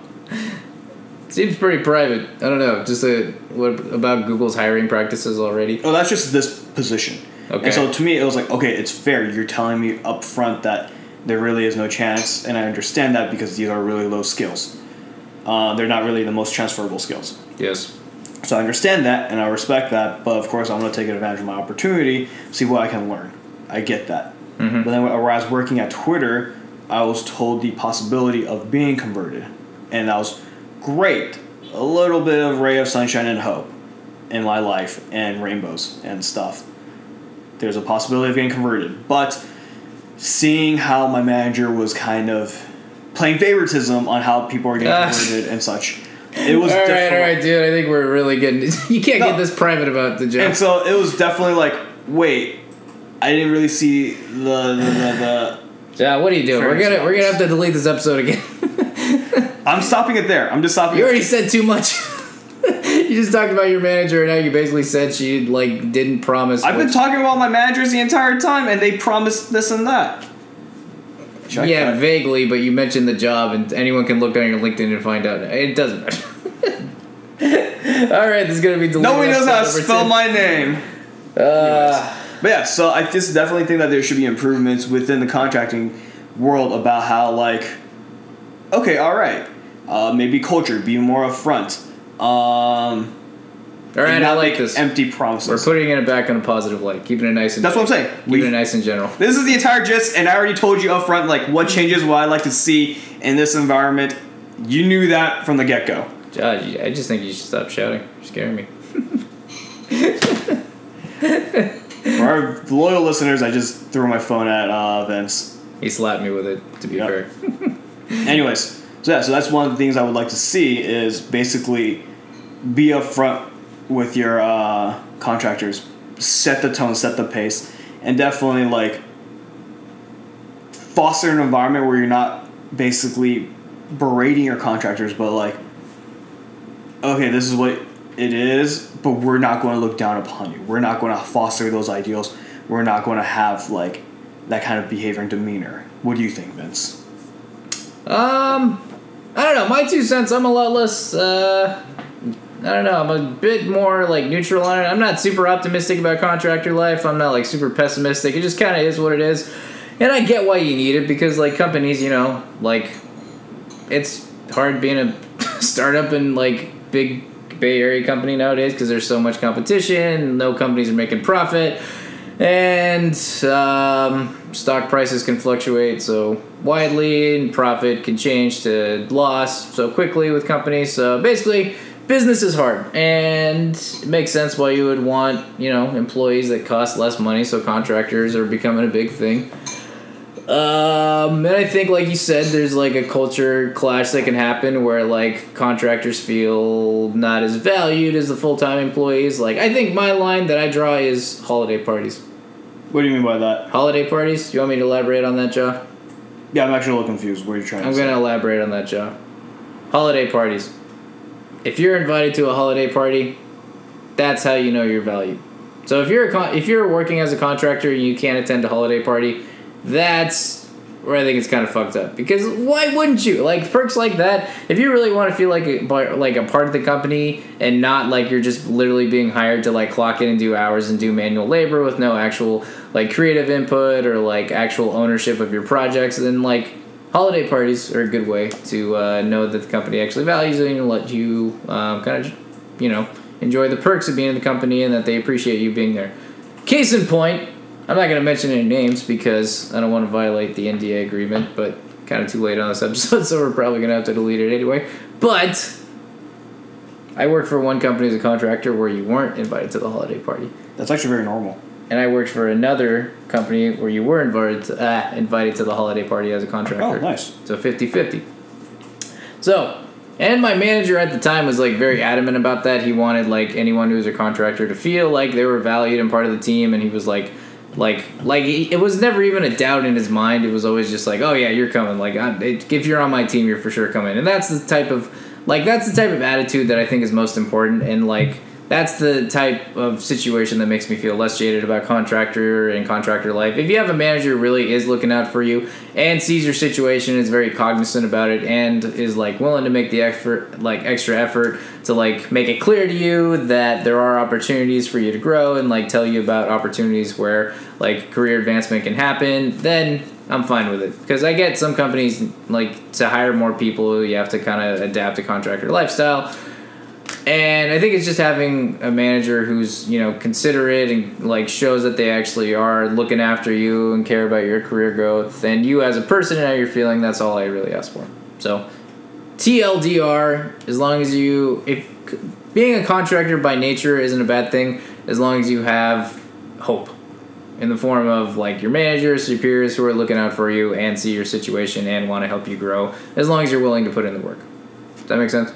[SPEAKER 2] Seems pretty private. I don't know. Just a, what about Google's hiring practices already?
[SPEAKER 1] oh, that's just this position.
[SPEAKER 2] Okay.
[SPEAKER 1] And so to me, it was like, okay, it's fair. You're telling me up front that there really is no chance, and I understand that because these are really low skills. Uh, they're not really the most transferable skills.
[SPEAKER 2] Yes.
[SPEAKER 1] So I understand that and I respect that, but of course I'm going to take advantage of my opportunity, see what I can learn. I get that.
[SPEAKER 2] Mm-hmm.
[SPEAKER 1] But then when I was working at Twitter, I was told the possibility of being converted, and that was great. A little bit of ray of sunshine and hope in my life, and rainbows and stuff. There's a possibility of getting converted, but seeing how my manager was kind of playing favoritism on how people are getting
[SPEAKER 2] Ah.
[SPEAKER 1] converted and such, it was
[SPEAKER 2] all right,
[SPEAKER 1] difficult.
[SPEAKER 2] all right, dude. I think we're really good. You can't
[SPEAKER 1] No.
[SPEAKER 2] get this private about the job.
[SPEAKER 1] And so it was definitely like, wait, I didn't really see the the, the,
[SPEAKER 2] John, what are you doing?
[SPEAKER 1] Fair
[SPEAKER 2] we're gonna
[SPEAKER 1] response.
[SPEAKER 2] we're gonna have to delete this episode again.
[SPEAKER 1] the. I'm stopping it there. I'm just stopping.
[SPEAKER 2] you
[SPEAKER 1] it.
[SPEAKER 2] already said too much. you just talked about your manager, and now you basically said she like didn't promise.
[SPEAKER 1] I've been
[SPEAKER 2] what-
[SPEAKER 1] talking about my managers the entire time, and they promised this and that. Should I
[SPEAKER 2] yeah,
[SPEAKER 1] cut?
[SPEAKER 2] vaguely, but you mentioned the job, and anyone can look on your LinkedIn and find out. It doesn't matter. all right, this is gonna be deleted.
[SPEAKER 1] no one knows how to
[SPEAKER 2] episode number
[SPEAKER 1] spell
[SPEAKER 2] 10.
[SPEAKER 1] my name.
[SPEAKER 2] Uh,
[SPEAKER 1] But yeah, so I just definitely think that there should be improvements within the contracting world about how like, okay, all right, uh, maybe culture be more upfront. Um,
[SPEAKER 2] all right,
[SPEAKER 1] and
[SPEAKER 2] I
[SPEAKER 1] not
[SPEAKER 2] like
[SPEAKER 1] make
[SPEAKER 2] this.
[SPEAKER 1] Empty
[SPEAKER 2] We're
[SPEAKER 1] promises.
[SPEAKER 2] putting it back on a positive light, keeping it nice and.
[SPEAKER 1] That's what I'm saying.
[SPEAKER 2] Keeping
[SPEAKER 1] We-
[SPEAKER 2] it nice and general.
[SPEAKER 1] This is the entire gist, and I already told you up front like what changes, what I like to see in this environment. You knew that from the get go.
[SPEAKER 2] Josh, you- I just think you should stop shouting. You're scaring me.
[SPEAKER 1] For our loyal listeners, I just threw my phone at uh, Vince.
[SPEAKER 2] He slapped me with it. To be
[SPEAKER 1] Yep.
[SPEAKER 2] fair.
[SPEAKER 1] Anyways, so yeah, so that's one of the things I would like to see is basically be upfront with your uh, contractors, set the tone, set the pace, and definitely like foster an environment where you're not basically berating your contractors, but like, okay, this is what it is, but we're not going to look down upon you. We're not going to foster those ideals. We're not going to have like that kind of behavior and demeanor. What do you think, Vince?
[SPEAKER 2] Um, I don't know. My two cents. I'm a lot less. Uh, I don't know. I'm a bit more like neutral on it. I'm not super optimistic about contractor life. I'm not like super pessimistic. It just kind of is what it is, and I get why you need it because like companies, you know, like it's hard being a startup and like big Bay Area company nowadays because there's so much competition. No companies are making profit, and um, stock prices can fluctuate so widely, and profit can change to loss so quickly with companies. So basically, business is hard, and it makes sense why you would want you know employees that cost less money. So contractors are becoming a big thing. Um, and I think, like you said, there's like a culture clash that can happen where like contractors feel not as valued as the full time employees. Like, I think my line that I draw is holiday parties.
[SPEAKER 1] What do you mean by that?
[SPEAKER 2] Holiday parties? You want me to elaborate on that, Joe?
[SPEAKER 1] Yeah, I'm actually a little confused. What are you trying
[SPEAKER 2] I'm
[SPEAKER 1] to
[SPEAKER 2] gonna elaborate on that, Joe. Holiday parties. If you're invited to a holiday party, that's how you know your value. So if you're a con- if you're working as a contractor and you can't attend a holiday party, that's where I think it's kind of fucked up. Because why wouldn't you like perks like that? If you really want to feel like a, bar- like a part of the company and not like you're just literally being hired to like clock in and do hours and do manual labor with no actual like creative input or like actual ownership of your projects, then like holiday parties are a good way to uh, know that the company actually values it and let you um, kind of you know, enjoy the perks of being in the company and that they appreciate you being there. Case in point, I'm not going to mention any names because I don't want to violate the NDA agreement, but kind of too late on this episode, so we're probably going to have to delete it anyway. But I worked for one company as a contractor where you weren't invited to the holiday party.
[SPEAKER 1] say? That's actually very normal.
[SPEAKER 2] And I worked for another company where you were invited to,
[SPEAKER 1] Oh,
[SPEAKER 2] uh, invited to the holiday party as a contractor.
[SPEAKER 1] nice.
[SPEAKER 2] So 50 50. So, And my manager at the time was like very adamant about that. He wanted like anyone who was a contractor to feel like they were valued and part of the team, and he was like, like, like he- it was never even a doubt in his mind. It was always just like, oh yeah, you're coming. Like, I, it, if you're on my team, you're for sure coming. And that's the type of like that's the type of attitude that I think is most important. And like that's the type of situation that makes me feel less jaded about contractor and contractor life. If you have a manager who really is looking out for you and sees your situation, is very cognizant about it, and is like willing to make the effort, like extra effort to like make it clear to you that there are opportunities for you to grow and like tell you about opportunities where like career advancement can happen, then I'm fine with it because I get some companies like to hire more people, you have to kind of adapt to contractor lifestyle. And I think it's just having a manager who's you know considerate and like shows that they actually are looking after you and care about your career growth and you as a person and how you're feeling. That's all I really ask for. So TLDR, as long as you if being a contractor by nature isn't a bad thing, as long as you have hope in the form of like your managers, superiors who are looking out for you and see your situation and want to help you grow, as long as you're willing to put in the work. Does that make sense?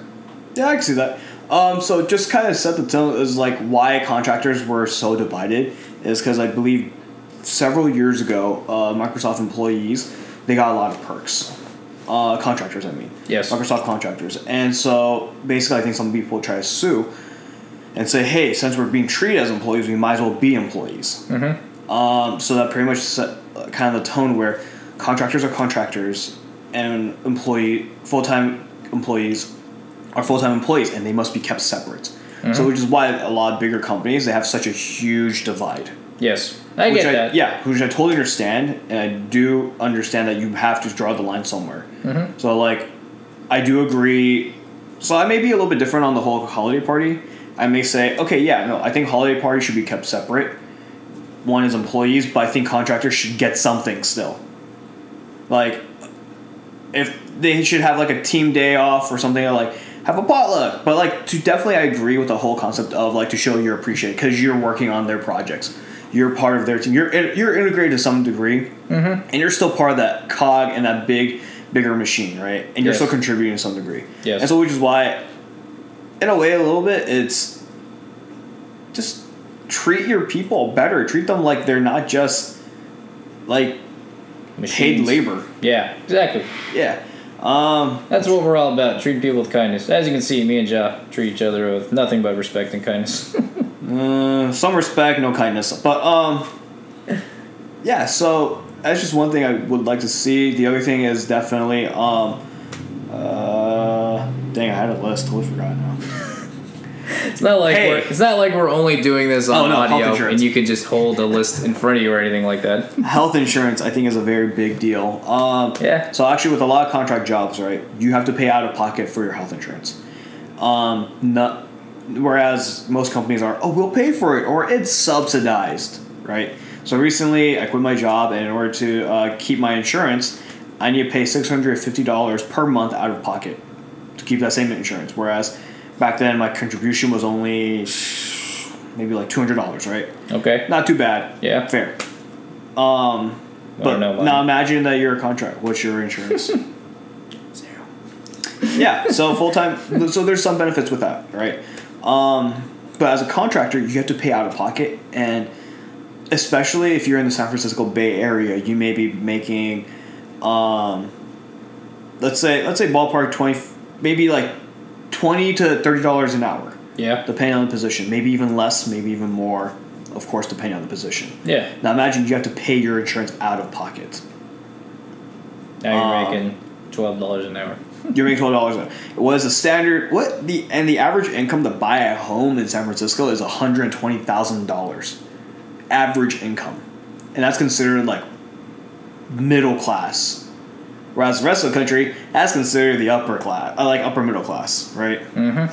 [SPEAKER 1] Yeah, I can see that. Um, so just kind of set the tone is like why contractors were so divided is because I believe several years ago, uh, Microsoft employees they got a lot of perks. Uh, contractors, I mean.
[SPEAKER 2] Yes.
[SPEAKER 1] Microsoft contractors, and so basically, I think some people try to sue and say, "Hey, since we're being treated as employees, we might as well be employees." Mm-hmm. Um, so that pretty much set uh, kind of the tone where contractors are contractors and employee full time employees are full time employees and they must be kept separate.
[SPEAKER 2] Mm-hmm.
[SPEAKER 1] So which is why a lot of bigger companies they have such a huge divide.
[SPEAKER 2] Yes. I
[SPEAKER 1] Which
[SPEAKER 2] get
[SPEAKER 1] I,
[SPEAKER 2] that.
[SPEAKER 1] Yeah, which I totally understand, and I do understand that you have to draw the line somewhere.
[SPEAKER 2] Mm-hmm.
[SPEAKER 1] So like, I do agree. So I may be a little bit different on the whole holiday party. I may say, okay, yeah, no, I think holiday party should be kept separate. One is employees, but I think contractors should get something still. Like, if they should have like a team day off or something, or like have a potluck. But like, to definitely, I agree with the whole concept of like to show your appreciation because you're working on their projects. You're part of their team. You're in- you're integrated to some degree,
[SPEAKER 2] Mm-hmm.
[SPEAKER 1] and you're still part of that cog and that big, bigger machine, right? And you're
[SPEAKER 2] Yes.
[SPEAKER 1] still contributing to some degree.
[SPEAKER 2] Yes.
[SPEAKER 1] And so, which is why, in a way, a little bit, it's just treat your people better. Treat them like they're not just like paid
[SPEAKER 2] Machines.
[SPEAKER 1] labor.
[SPEAKER 2] Yeah, exactly.
[SPEAKER 1] Yeah. Um,
[SPEAKER 2] That's what we're all about. Treat people with kindness. As you can see, me and Ja treat each other with nothing but respect and kindness.
[SPEAKER 1] Uh, some respect, no kindness. But um, yeah. So that's just one thing I would like to see. The other thing is definitely um, uh, dang, I had a list, totally forgot now.
[SPEAKER 2] it's not like
[SPEAKER 1] Hey.
[SPEAKER 2] we're it's not like we're only doing this on
[SPEAKER 1] Oh, no, health
[SPEAKER 2] audio
[SPEAKER 1] insurance.
[SPEAKER 2] and you can just hold a list in front of you or anything like that.
[SPEAKER 1] Health insurance, I think, is a very big deal. Um,
[SPEAKER 2] Yeah.
[SPEAKER 1] So actually, with a lot of contract jobs, right, you have to pay out of pocket for your health insurance. Um, not, whereas most companies are, oh, we'll pay for it, or it's subsidized, right? So recently, I quit my job, and in order to uh, keep my insurance, I need to pay six hundred fifty dollars per month out of pocket to keep that same insurance. Whereas back then, my contribution was only maybe like two hundred dollars, right?
[SPEAKER 2] Okay.
[SPEAKER 1] Not too bad.
[SPEAKER 2] Yeah.
[SPEAKER 1] Fair. Um,
[SPEAKER 2] I
[SPEAKER 1] but
[SPEAKER 2] don't know.
[SPEAKER 1] now
[SPEAKER 2] man.
[SPEAKER 1] imagine that you're a contract. What's your insurance? Zero. Yeah. So full time. So there's some benefits with that, right? Um, but as a contractor, you have to pay out of pocket, and especially if you're in the San Francisco Bay Area, you may be making, um, let's say let's say ballpark twenty, maybe like twenty to thirty dollars an hour,
[SPEAKER 2] yeah.
[SPEAKER 1] depending on the position. Maybe even less. Maybe even more. Of course, depending on the position.
[SPEAKER 2] Yeah.
[SPEAKER 1] Now imagine you have to pay your insurance out of pocket.
[SPEAKER 2] Now you're
[SPEAKER 1] Um,
[SPEAKER 2] making twelve dollars an hour.
[SPEAKER 1] You're making twelve dollars. What is the standard? What the and the average income to buy a home in San Francisco is one hundred twenty thousand dollars, average income, and that's considered like middle class. Whereas the rest of the country, that's considered the upper class, uh, like upper middle class, right? mm-hmm.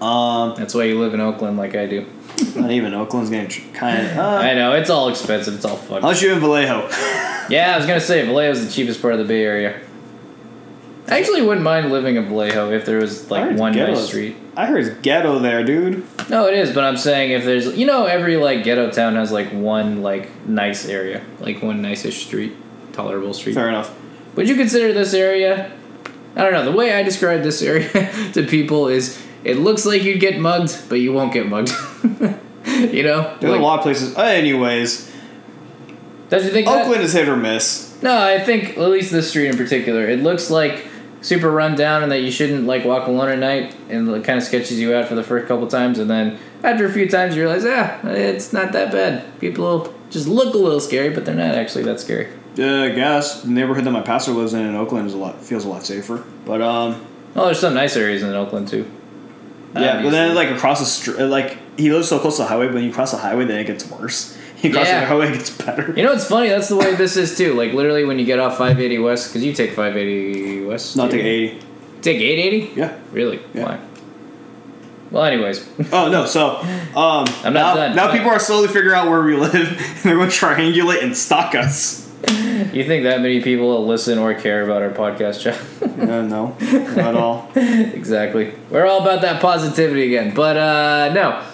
[SPEAKER 1] Um,
[SPEAKER 2] That's why you live in Oakland like I do.
[SPEAKER 1] Not even Oakland's getting kind of uh,
[SPEAKER 2] I know, it's all expensive, it's all fucked.
[SPEAKER 1] unless you're in Vallejo.
[SPEAKER 2] Yeah, I was gonna say Vallejo's the cheapest part of the Bay Area. I actually wouldn't mind living in Vallejo if there was
[SPEAKER 1] I
[SPEAKER 2] like
[SPEAKER 1] heard
[SPEAKER 2] one
[SPEAKER 1] ghetto-
[SPEAKER 2] nice street.
[SPEAKER 1] I heard it's ghetto there, dude.
[SPEAKER 2] No, it is, but I'm saying if there's, you know, every like ghetto town has like one like nice area, like one nicest street, tolerable street.
[SPEAKER 1] Fair enough.
[SPEAKER 2] Would you consider this area I don't know. The way I describe this area to people is it looks like you'd get mugged, but you won't get mugged. you know?
[SPEAKER 1] There's
[SPEAKER 2] Like,
[SPEAKER 1] a lot of places. Anyways,
[SPEAKER 2] Don't you think that?
[SPEAKER 1] Oakland is hit or miss.
[SPEAKER 2] No, I think at least this street in particular, it looks like super run down and that you shouldn't like walk alone at night and it kind of sketches you out for the first couple times and then after a few times you realize, ah, it's not that bad. People just look a little scary, but they're not actually that scary.
[SPEAKER 1] Uh, I guess the neighborhood that my pastor lives in in Oakland is a lot feels a lot safer. But um,
[SPEAKER 2] Well, there's some nice areas in Oakland too.
[SPEAKER 1] yeah. But
[SPEAKER 2] Obviously.
[SPEAKER 1] then like across the street, like he lives so close to the highway, but when you cross the highway, then it gets worse. You cross
[SPEAKER 2] Yeah.
[SPEAKER 1] the highway, it gets better.
[SPEAKER 2] You know what's funny? That's the way this is too. Like literally when you get off 580 West, because you take 580 West.
[SPEAKER 1] Not
[SPEAKER 2] do
[SPEAKER 1] take
[SPEAKER 2] you?
[SPEAKER 1] eighty.
[SPEAKER 2] Take 880?
[SPEAKER 1] Yeah.
[SPEAKER 2] Really?
[SPEAKER 1] Yeah.
[SPEAKER 2] Why? Well, anyways,
[SPEAKER 1] Oh no. So um,
[SPEAKER 2] I'm not
[SPEAKER 1] now,
[SPEAKER 2] done.
[SPEAKER 1] now people are slowly figuring out where we live, and they're going to triangulate and stalk us.
[SPEAKER 2] you think that many people will listen or care about our podcast, Jeff?
[SPEAKER 1] Uh, no, not at all.
[SPEAKER 2] exactly. We're all about that positivity again. But uh, no.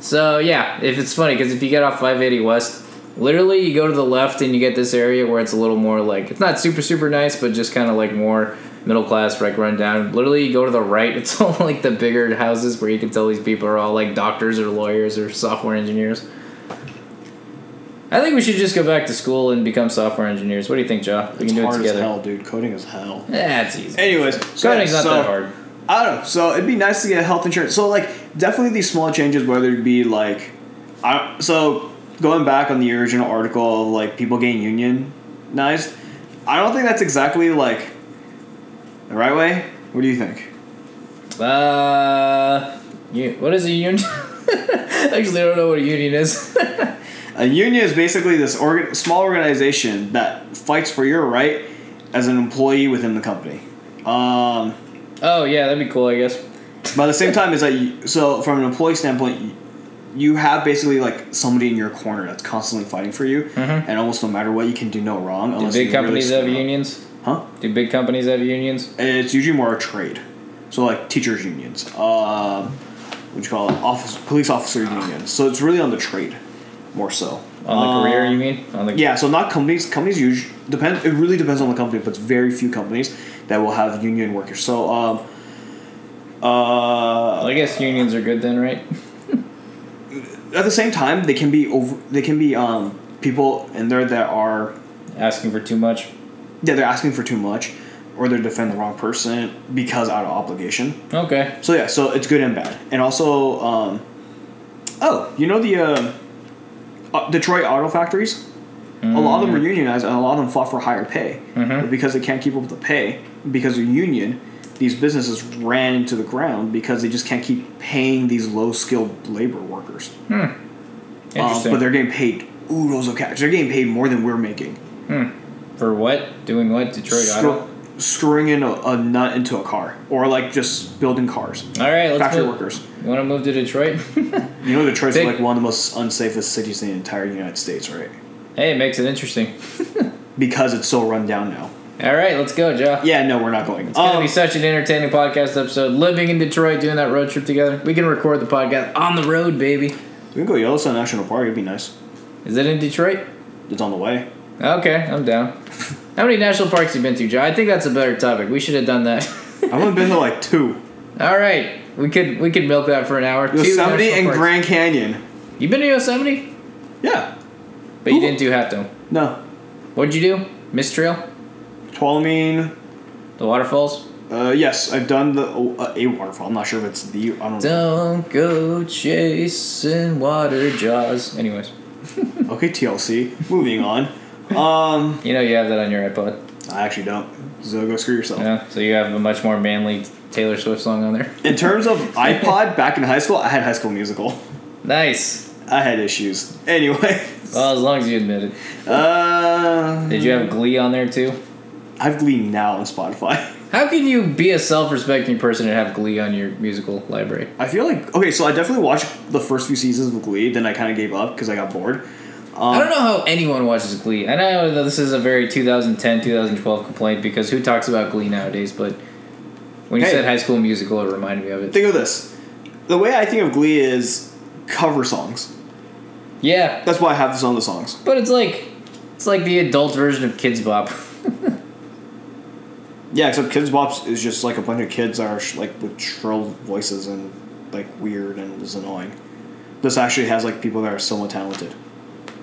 [SPEAKER 2] So yeah, if it's funny because if you get off 580 West, literally you go to the left and you get this area where it's a little more like it's not super super nice, but just kind of like more middle class like run down. Literally you go to the right, it's all like the bigger houses where you can tell these people are all like doctors or lawyers or software engineers. I think we should just go back to school and become software engineers. What do you think, Joe? We
[SPEAKER 1] It's
[SPEAKER 2] can do it
[SPEAKER 1] hard
[SPEAKER 2] together.
[SPEAKER 1] as hell, dude. Coding is hell.
[SPEAKER 2] That's easy.
[SPEAKER 1] Anyways, so,
[SPEAKER 2] Coding's not
[SPEAKER 1] so-
[SPEAKER 2] that hard.
[SPEAKER 1] I don't know. So it'd be nice to get health insurance. So like definitely these small changes, whether it be like, I so going back on the original article of like people getting unionized, I don't think that's exactly like the right way. What do you think?
[SPEAKER 2] Uh, you, what is a union? Actually, I don't know what a union is.
[SPEAKER 1] A union is basically this organ, small organization that fights for your right as an employee within the company. Um,
[SPEAKER 2] oh yeah, that'd be cool, I guess.
[SPEAKER 1] but at the same time, it's like you- so from an employee standpoint, you- you have basically like somebody in your corner that's constantly fighting for you, and almost no matter what, you can do no wrong.
[SPEAKER 2] Do
[SPEAKER 1] Unless
[SPEAKER 2] Mm-hmm. big
[SPEAKER 1] you
[SPEAKER 2] companies
[SPEAKER 1] really
[SPEAKER 2] have
[SPEAKER 1] screw up.
[SPEAKER 2] unions?
[SPEAKER 1] Huh?
[SPEAKER 2] Do big companies have unions?
[SPEAKER 1] It's usually more a trade, so like teachers unions, um, what do you call it, office police officer unions. So it's really on the trade, more so.
[SPEAKER 2] On the career,
[SPEAKER 1] Um,
[SPEAKER 2] you mean? On the
[SPEAKER 1] Yeah, so not companies. Companies usually depend. It really depends on the company, but it's very few companies that will have union workers. So, um, uh,
[SPEAKER 2] Well, I guess unions are good then, right?
[SPEAKER 1] at the same time, they can be over. They can be um people in there that are
[SPEAKER 2] Asking for too much.
[SPEAKER 1] yeah they're asking for too much, or they're defending the wrong person because out of obligation.
[SPEAKER 2] Okay.
[SPEAKER 1] So yeah, so it's good and bad, and also um, oh you know the uh, uh, Detroit auto factories. A lot of them are unionized, and a lot of them fought for higher pay. But because they can't keep up with the pay, because of union, these businesses ran into the ground because they just can't keep paying these low-skilled labor workers. Um,
[SPEAKER 2] Interesting.
[SPEAKER 1] but they're getting paid oodles of cash. They're getting paid more than we're making.
[SPEAKER 2] for what? Doing what? Detroit
[SPEAKER 1] Screw-
[SPEAKER 2] Auto.
[SPEAKER 1] screwing in a, a nut into a car, or like just building cars.
[SPEAKER 2] All right, let's
[SPEAKER 1] Factory
[SPEAKER 2] move.
[SPEAKER 1] workers.
[SPEAKER 2] You want to move to Detroit?
[SPEAKER 1] You know Detroit's
[SPEAKER 2] Big-
[SPEAKER 1] like one of the most unsafest cities in the entire United States, right?
[SPEAKER 2] hey, it makes it interesting.
[SPEAKER 1] Because it's so run down now.
[SPEAKER 2] All right, let's go, Joe.
[SPEAKER 1] Yeah, no, we're not going.
[SPEAKER 2] It's gonna
[SPEAKER 1] Um,
[SPEAKER 2] be such an entertaining podcast episode. Living in Detroit, doing that road trip together. We can record the podcast on the road, baby.
[SPEAKER 1] we can go Yellowstone National Park. It'd be nice.
[SPEAKER 2] Is it in Detroit?
[SPEAKER 1] It's on the way.
[SPEAKER 2] Okay, I'm down. How many national parks you been to, Joe? I think that's a better topic. We should have done that.
[SPEAKER 1] I've only been to like two:
[SPEAKER 2] All right, we could we could milk that for an hour. Two
[SPEAKER 1] Yosemite
[SPEAKER 2] national
[SPEAKER 1] and
[SPEAKER 2] parks.
[SPEAKER 1] Grand Canyon.
[SPEAKER 2] You been to Yosemite,
[SPEAKER 1] Yeah.
[SPEAKER 2] but you
[SPEAKER 1] Cool.
[SPEAKER 2] didn't do Half Dome.
[SPEAKER 1] No.
[SPEAKER 2] What'd you do? Mist Trail,
[SPEAKER 1] Tuolumne.
[SPEAKER 2] the waterfalls.
[SPEAKER 1] Uh, yes, I've done the oh, uh, a waterfall. I'm not sure if it's the. I don't know.
[SPEAKER 2] Don't go chasing water jaws. Anyways,
[SPEAKER 1] Okay, TLC. Moving on. Um,
[SPEAKER 2] you know you have that on your iPod.
[SPEAKER 1] I actually don't. So go screw yourself.
[SPEAKER 2] Yeah, so you have a much more manly Taylor Swift song on there.
[SPEAKER 1] In terms of iPod, back in high school, I had High School Musical.
[SPEAKER 2] Nice.
[SPEAKER 1] I had issues. Anyway,
[SPEAKER 2] Well, as long as you admit it.
[SPEAKER 1] uh,
[SPEAKER 2] Did you have Glee on there too?
[SPEAKER 1] I've Glee now on Spotify.
[SPEAKER 2] How can you be a self-respecting person and have Glee on your musical library?
[SPEAKER 1] I feel like okay, so I definitely watched the first few seasons of Glee, then I kind of gave up because I got bored.
[SPEAKER 2] I
[SPEAKER 1] Um,
[SPEAKER 2] don't know how anyone watches Glee. I know that this is a very 2010, 2012 complaint because who talks about Glee nowadays? But when you
[SPEAKER 1] Hey.
[SPEAKER 2] said High School Musical, it reminded me of it.
[SPEAKER 1] Think of this: the way I think of Glee is cover songs.
[SPEAKER 2] Yeah,
[SPEAKER 1] That's why I have this on the songs.
[SPEAKER 2] but it's like it's like the adult version of Kids Bop.
[SPEAKER 1] Yeah, except Kids Bop is just like a bunch of kids that are sh- like with shrill voices and like weird and is annoying. This actually has like people that are somewhat talented.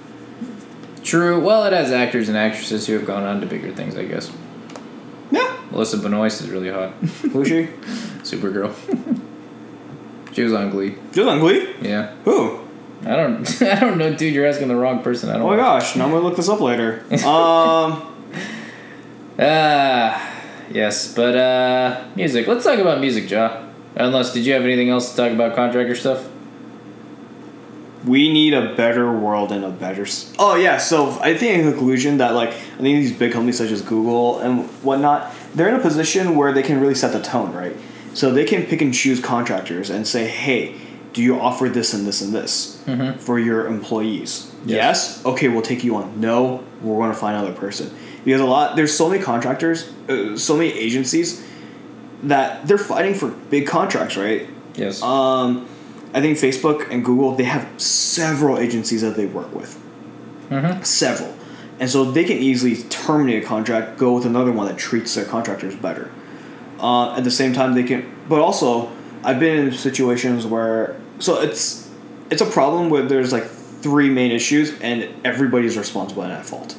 [SPEAKER 2] True. Well, it has actors and actresses who have gone on to bigger things, I guess.
[SPEAKER 1] Yeah.
[SPEAKER 2] Melissa Benoist is really hot.
[SPEAKER 1] Who's she?
[SPEAKER 2] Supergirl. she was on Glee.
[SPEAKER 1] Just on Glee?
[SPEAKER 2] Yeah.
[SPEAKER 1] Who?
[SPEAKER 2] I don't. I don't know, dude. You're asking the wrong person. I don't.
[SPEAKER 1] Oh my gosh, now I'm gonna look this up later. Um,
[SPEAKER 2] Ah, yes, but uh, music. Let's talk about music, Ja. Unless, did you have anything else to talk about contractor stuff?
[SPEAKER 1] we need a better world and a better. S- oh yeah, so I think in conclusion that like I think these big companies such as Google and whatnot, they're in a position where they can really set the tone, right? So they can pick and choose contractors and say, hey, do you offer this and this and this for your employees?
[SPEAKER 2] Yes.
[SPEAKER 1] Yes. Okay, we'll take you on. No, we're going to find another person because a lot there's so many contractors, uh, so many agencies that they're fighting for big contracts, right?
[SPEAKER 2] Yes.
[SPEAKER 1] Um, I think Facebook and Google they have several agencies that they work with,
[SPEAKER 2] Mhm.
[SPEAKER 1] several, and so they can easily terminate a contract, go with another one that treats their contractors better. Uh, at the same time, they can, but also I've been in situations where so it's it's a problem where there's like three main issues and everybody's responsible and at fault.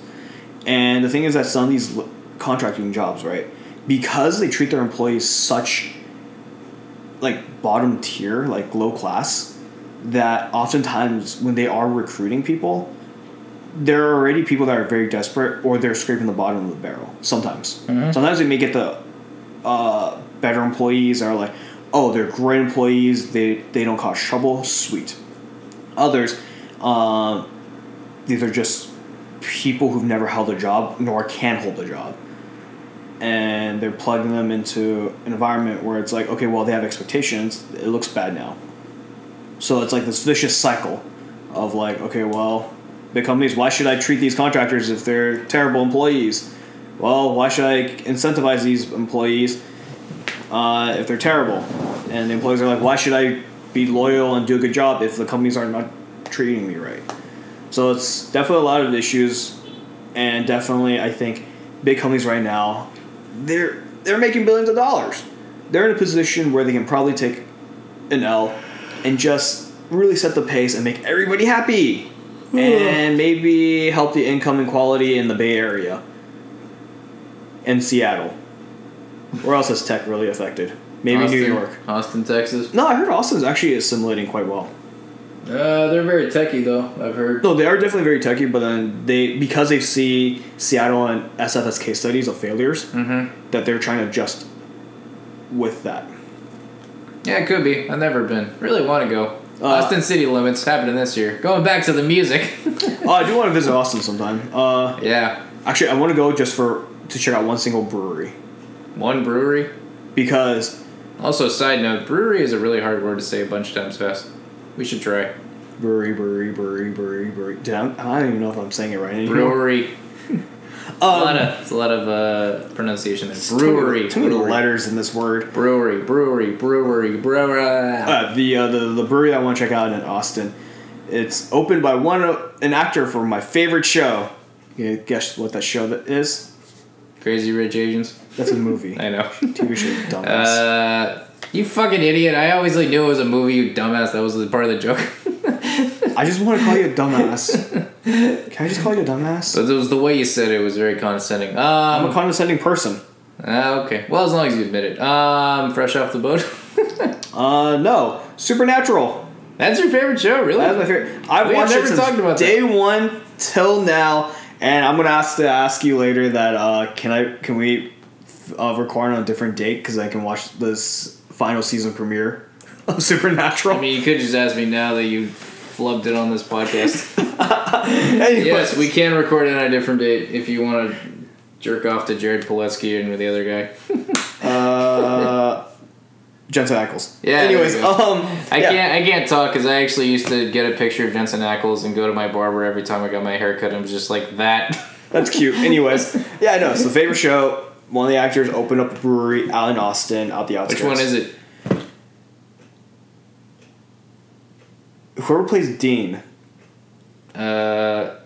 [SPEAKER 1] And the thing is that some of these l- contracting jobs, right, because they treat their employees such like bottom tier, like low class, that oftentimes when they are recruiting people, there are already people that are very desperate or they're scraping the bottom of the barrel sometimes. Sometimes they may get the uh, better employees that are like, oh, they're great employees, they, they don't cause trouble, sweet. Others, um, these are just people who've never held a job nor can hold a job and they're plugging them into an environment where it's like, okay, well, they have expectations. It looks bad now. So it's like this vicious cycle of like, okay, well, big companies, why should I treat these contractors if they're terrible employees? Well, why should I incentivize these employees uh, if they're terrible? And the employees are like, why should I be loyal and do a good job if the companies are not treating me right? So it's definitely a lot of issues, and definitely I think big companies right now, they're they're making billions of dollars. They're in a position where they can probably take an L and just really set the pace and make everybody happy, and maybe help the income inequality in the Bay Area and Seattle. Where else is tech really affected? Maybe
[SPEAKER 2] Austin,
[SPEAKER 1] New York.
[SPEAKER 2] Austin, Texas.
[SPEAKER 1] No, I heard Austin's actually assimilating quite well.
[SPEAKER 2] Uh, they're very techy though. I've heard.
[SPEAKER 1] No, they are definitely very techy, but then they because they see Seattle and SF as case studies of failures
[SPEAKER 2] Mm-hmm.
[SPEAKER 1] that they're trying to adjust with that.
[SPEAKER 2] Yeah, it could be. I've never been. Really want to go.
[SPEAKER 1] Uh,
[SPEAKER 2] Austin city limits happening this year. Going back to the music.
[SPEAKER 1] Oh, I do want to visit Austin sometime. Uh,
[SPEAKER 2] yeah,
[SPEAKER 1] actually, I want to go just for to check out one single brewery
[SPEAKER 2] one brewery.
[SPEAKER 1] because
[SPEAKER 2] Also, side note, brewery is a really hard word to say a bunch of times fast. We should try
[SPEAKER 1] brewery, brewery, brewery, brewery, brewery. Did I, I don't even know if I'm saying it right anymore. Um,
[SPEAKER 2] brewery. a lot of it's a lot of uh, pronunciation there. Brewery,
[SPEAKER 1] Too many
[SPEAKER 2] brewery,
[SPEAKER 1] letters in this word.
[SPEAKER 2] brewery, brewery, brewery, brewery.
[SPEAKER 1] Uh, the, uh, the the brewery I want to check out in Austin. It's opened by one o- an actor from my favorite show. You guess what that show that is?
[SPEAKER 2] Crazy Rich Asians.
[SPEAKER 1] That's a movie.
[SPEAKER 2] I know.
[SPEAKER 1] TV show, dumbass.
[SPEAKER 2] Uh, you fucking idiot! I always like, knew it was a movie. You dumbass. That was the part of the joke.
[SPEAKER 1] I just want to call you a dumbass. Can I just call you a dumbass?
[SPEAKER 2] but it was the way you said it was very condescending.
[SPEAKER 1] I'm a
[SPEAKER 2] Um.
[SPEAKER 1] condescending person.
[SPEAKER 2] ah, okay. Well, as long as you admit it. Um. Fresh off the boat.
[SPEAKER 1] Uh, no. Supernatural.
[SPEAKER 2] That's your favorite show, really?
[SPEAKER 1] That's my favorite. I've
[SPEAKER 2] We
[SPEAKER 1] watched
[SPEAKER 2] never
[SPEAKER 1] it since
[SPEAKER 2] talked about
[SPEAKER 1] day one till now, and I'm gonna ask to ask you later that uh, can I can we uh, record on a different date because I can watch this final season premiere of Supernatural.
[SPEAKER 2] I mean, you could just ask me now that you flubbed it on this podcast.
[SPEAKER 1] Anyways.
[SPEAKER 2] yes, we can record it on a different date if you want to jerk off to Jared Paleski and the other guy.
[SPEAKER 1] Uh, Jensen Ackles.
[SPEAKER 2] Yeah, there
[SPEAKER 1] Anyways,
[SPEAKER 2] you go.
[SPEAKER 1] um,
[SPEAKER 2] I
[SPEAKER 1] yeah.
[SPEAKER 2] can't. I can't talk because I actually used to get a picture of Jensen Ackles and go to my barber every time I got my haircut. I'm just like that.
[SPEAKER 1] That's cute. Anyways, yeah, I know. So favorite show. One of the actors opened up a brewery out in Austin, out the
[SPEAKER 2] Which
[SPEAKER 1] outskirts.
[SPEAKER 2] one is it?
[SPEAKER 1] Whoever plays Dean.
[SPEAKER 2] Uh,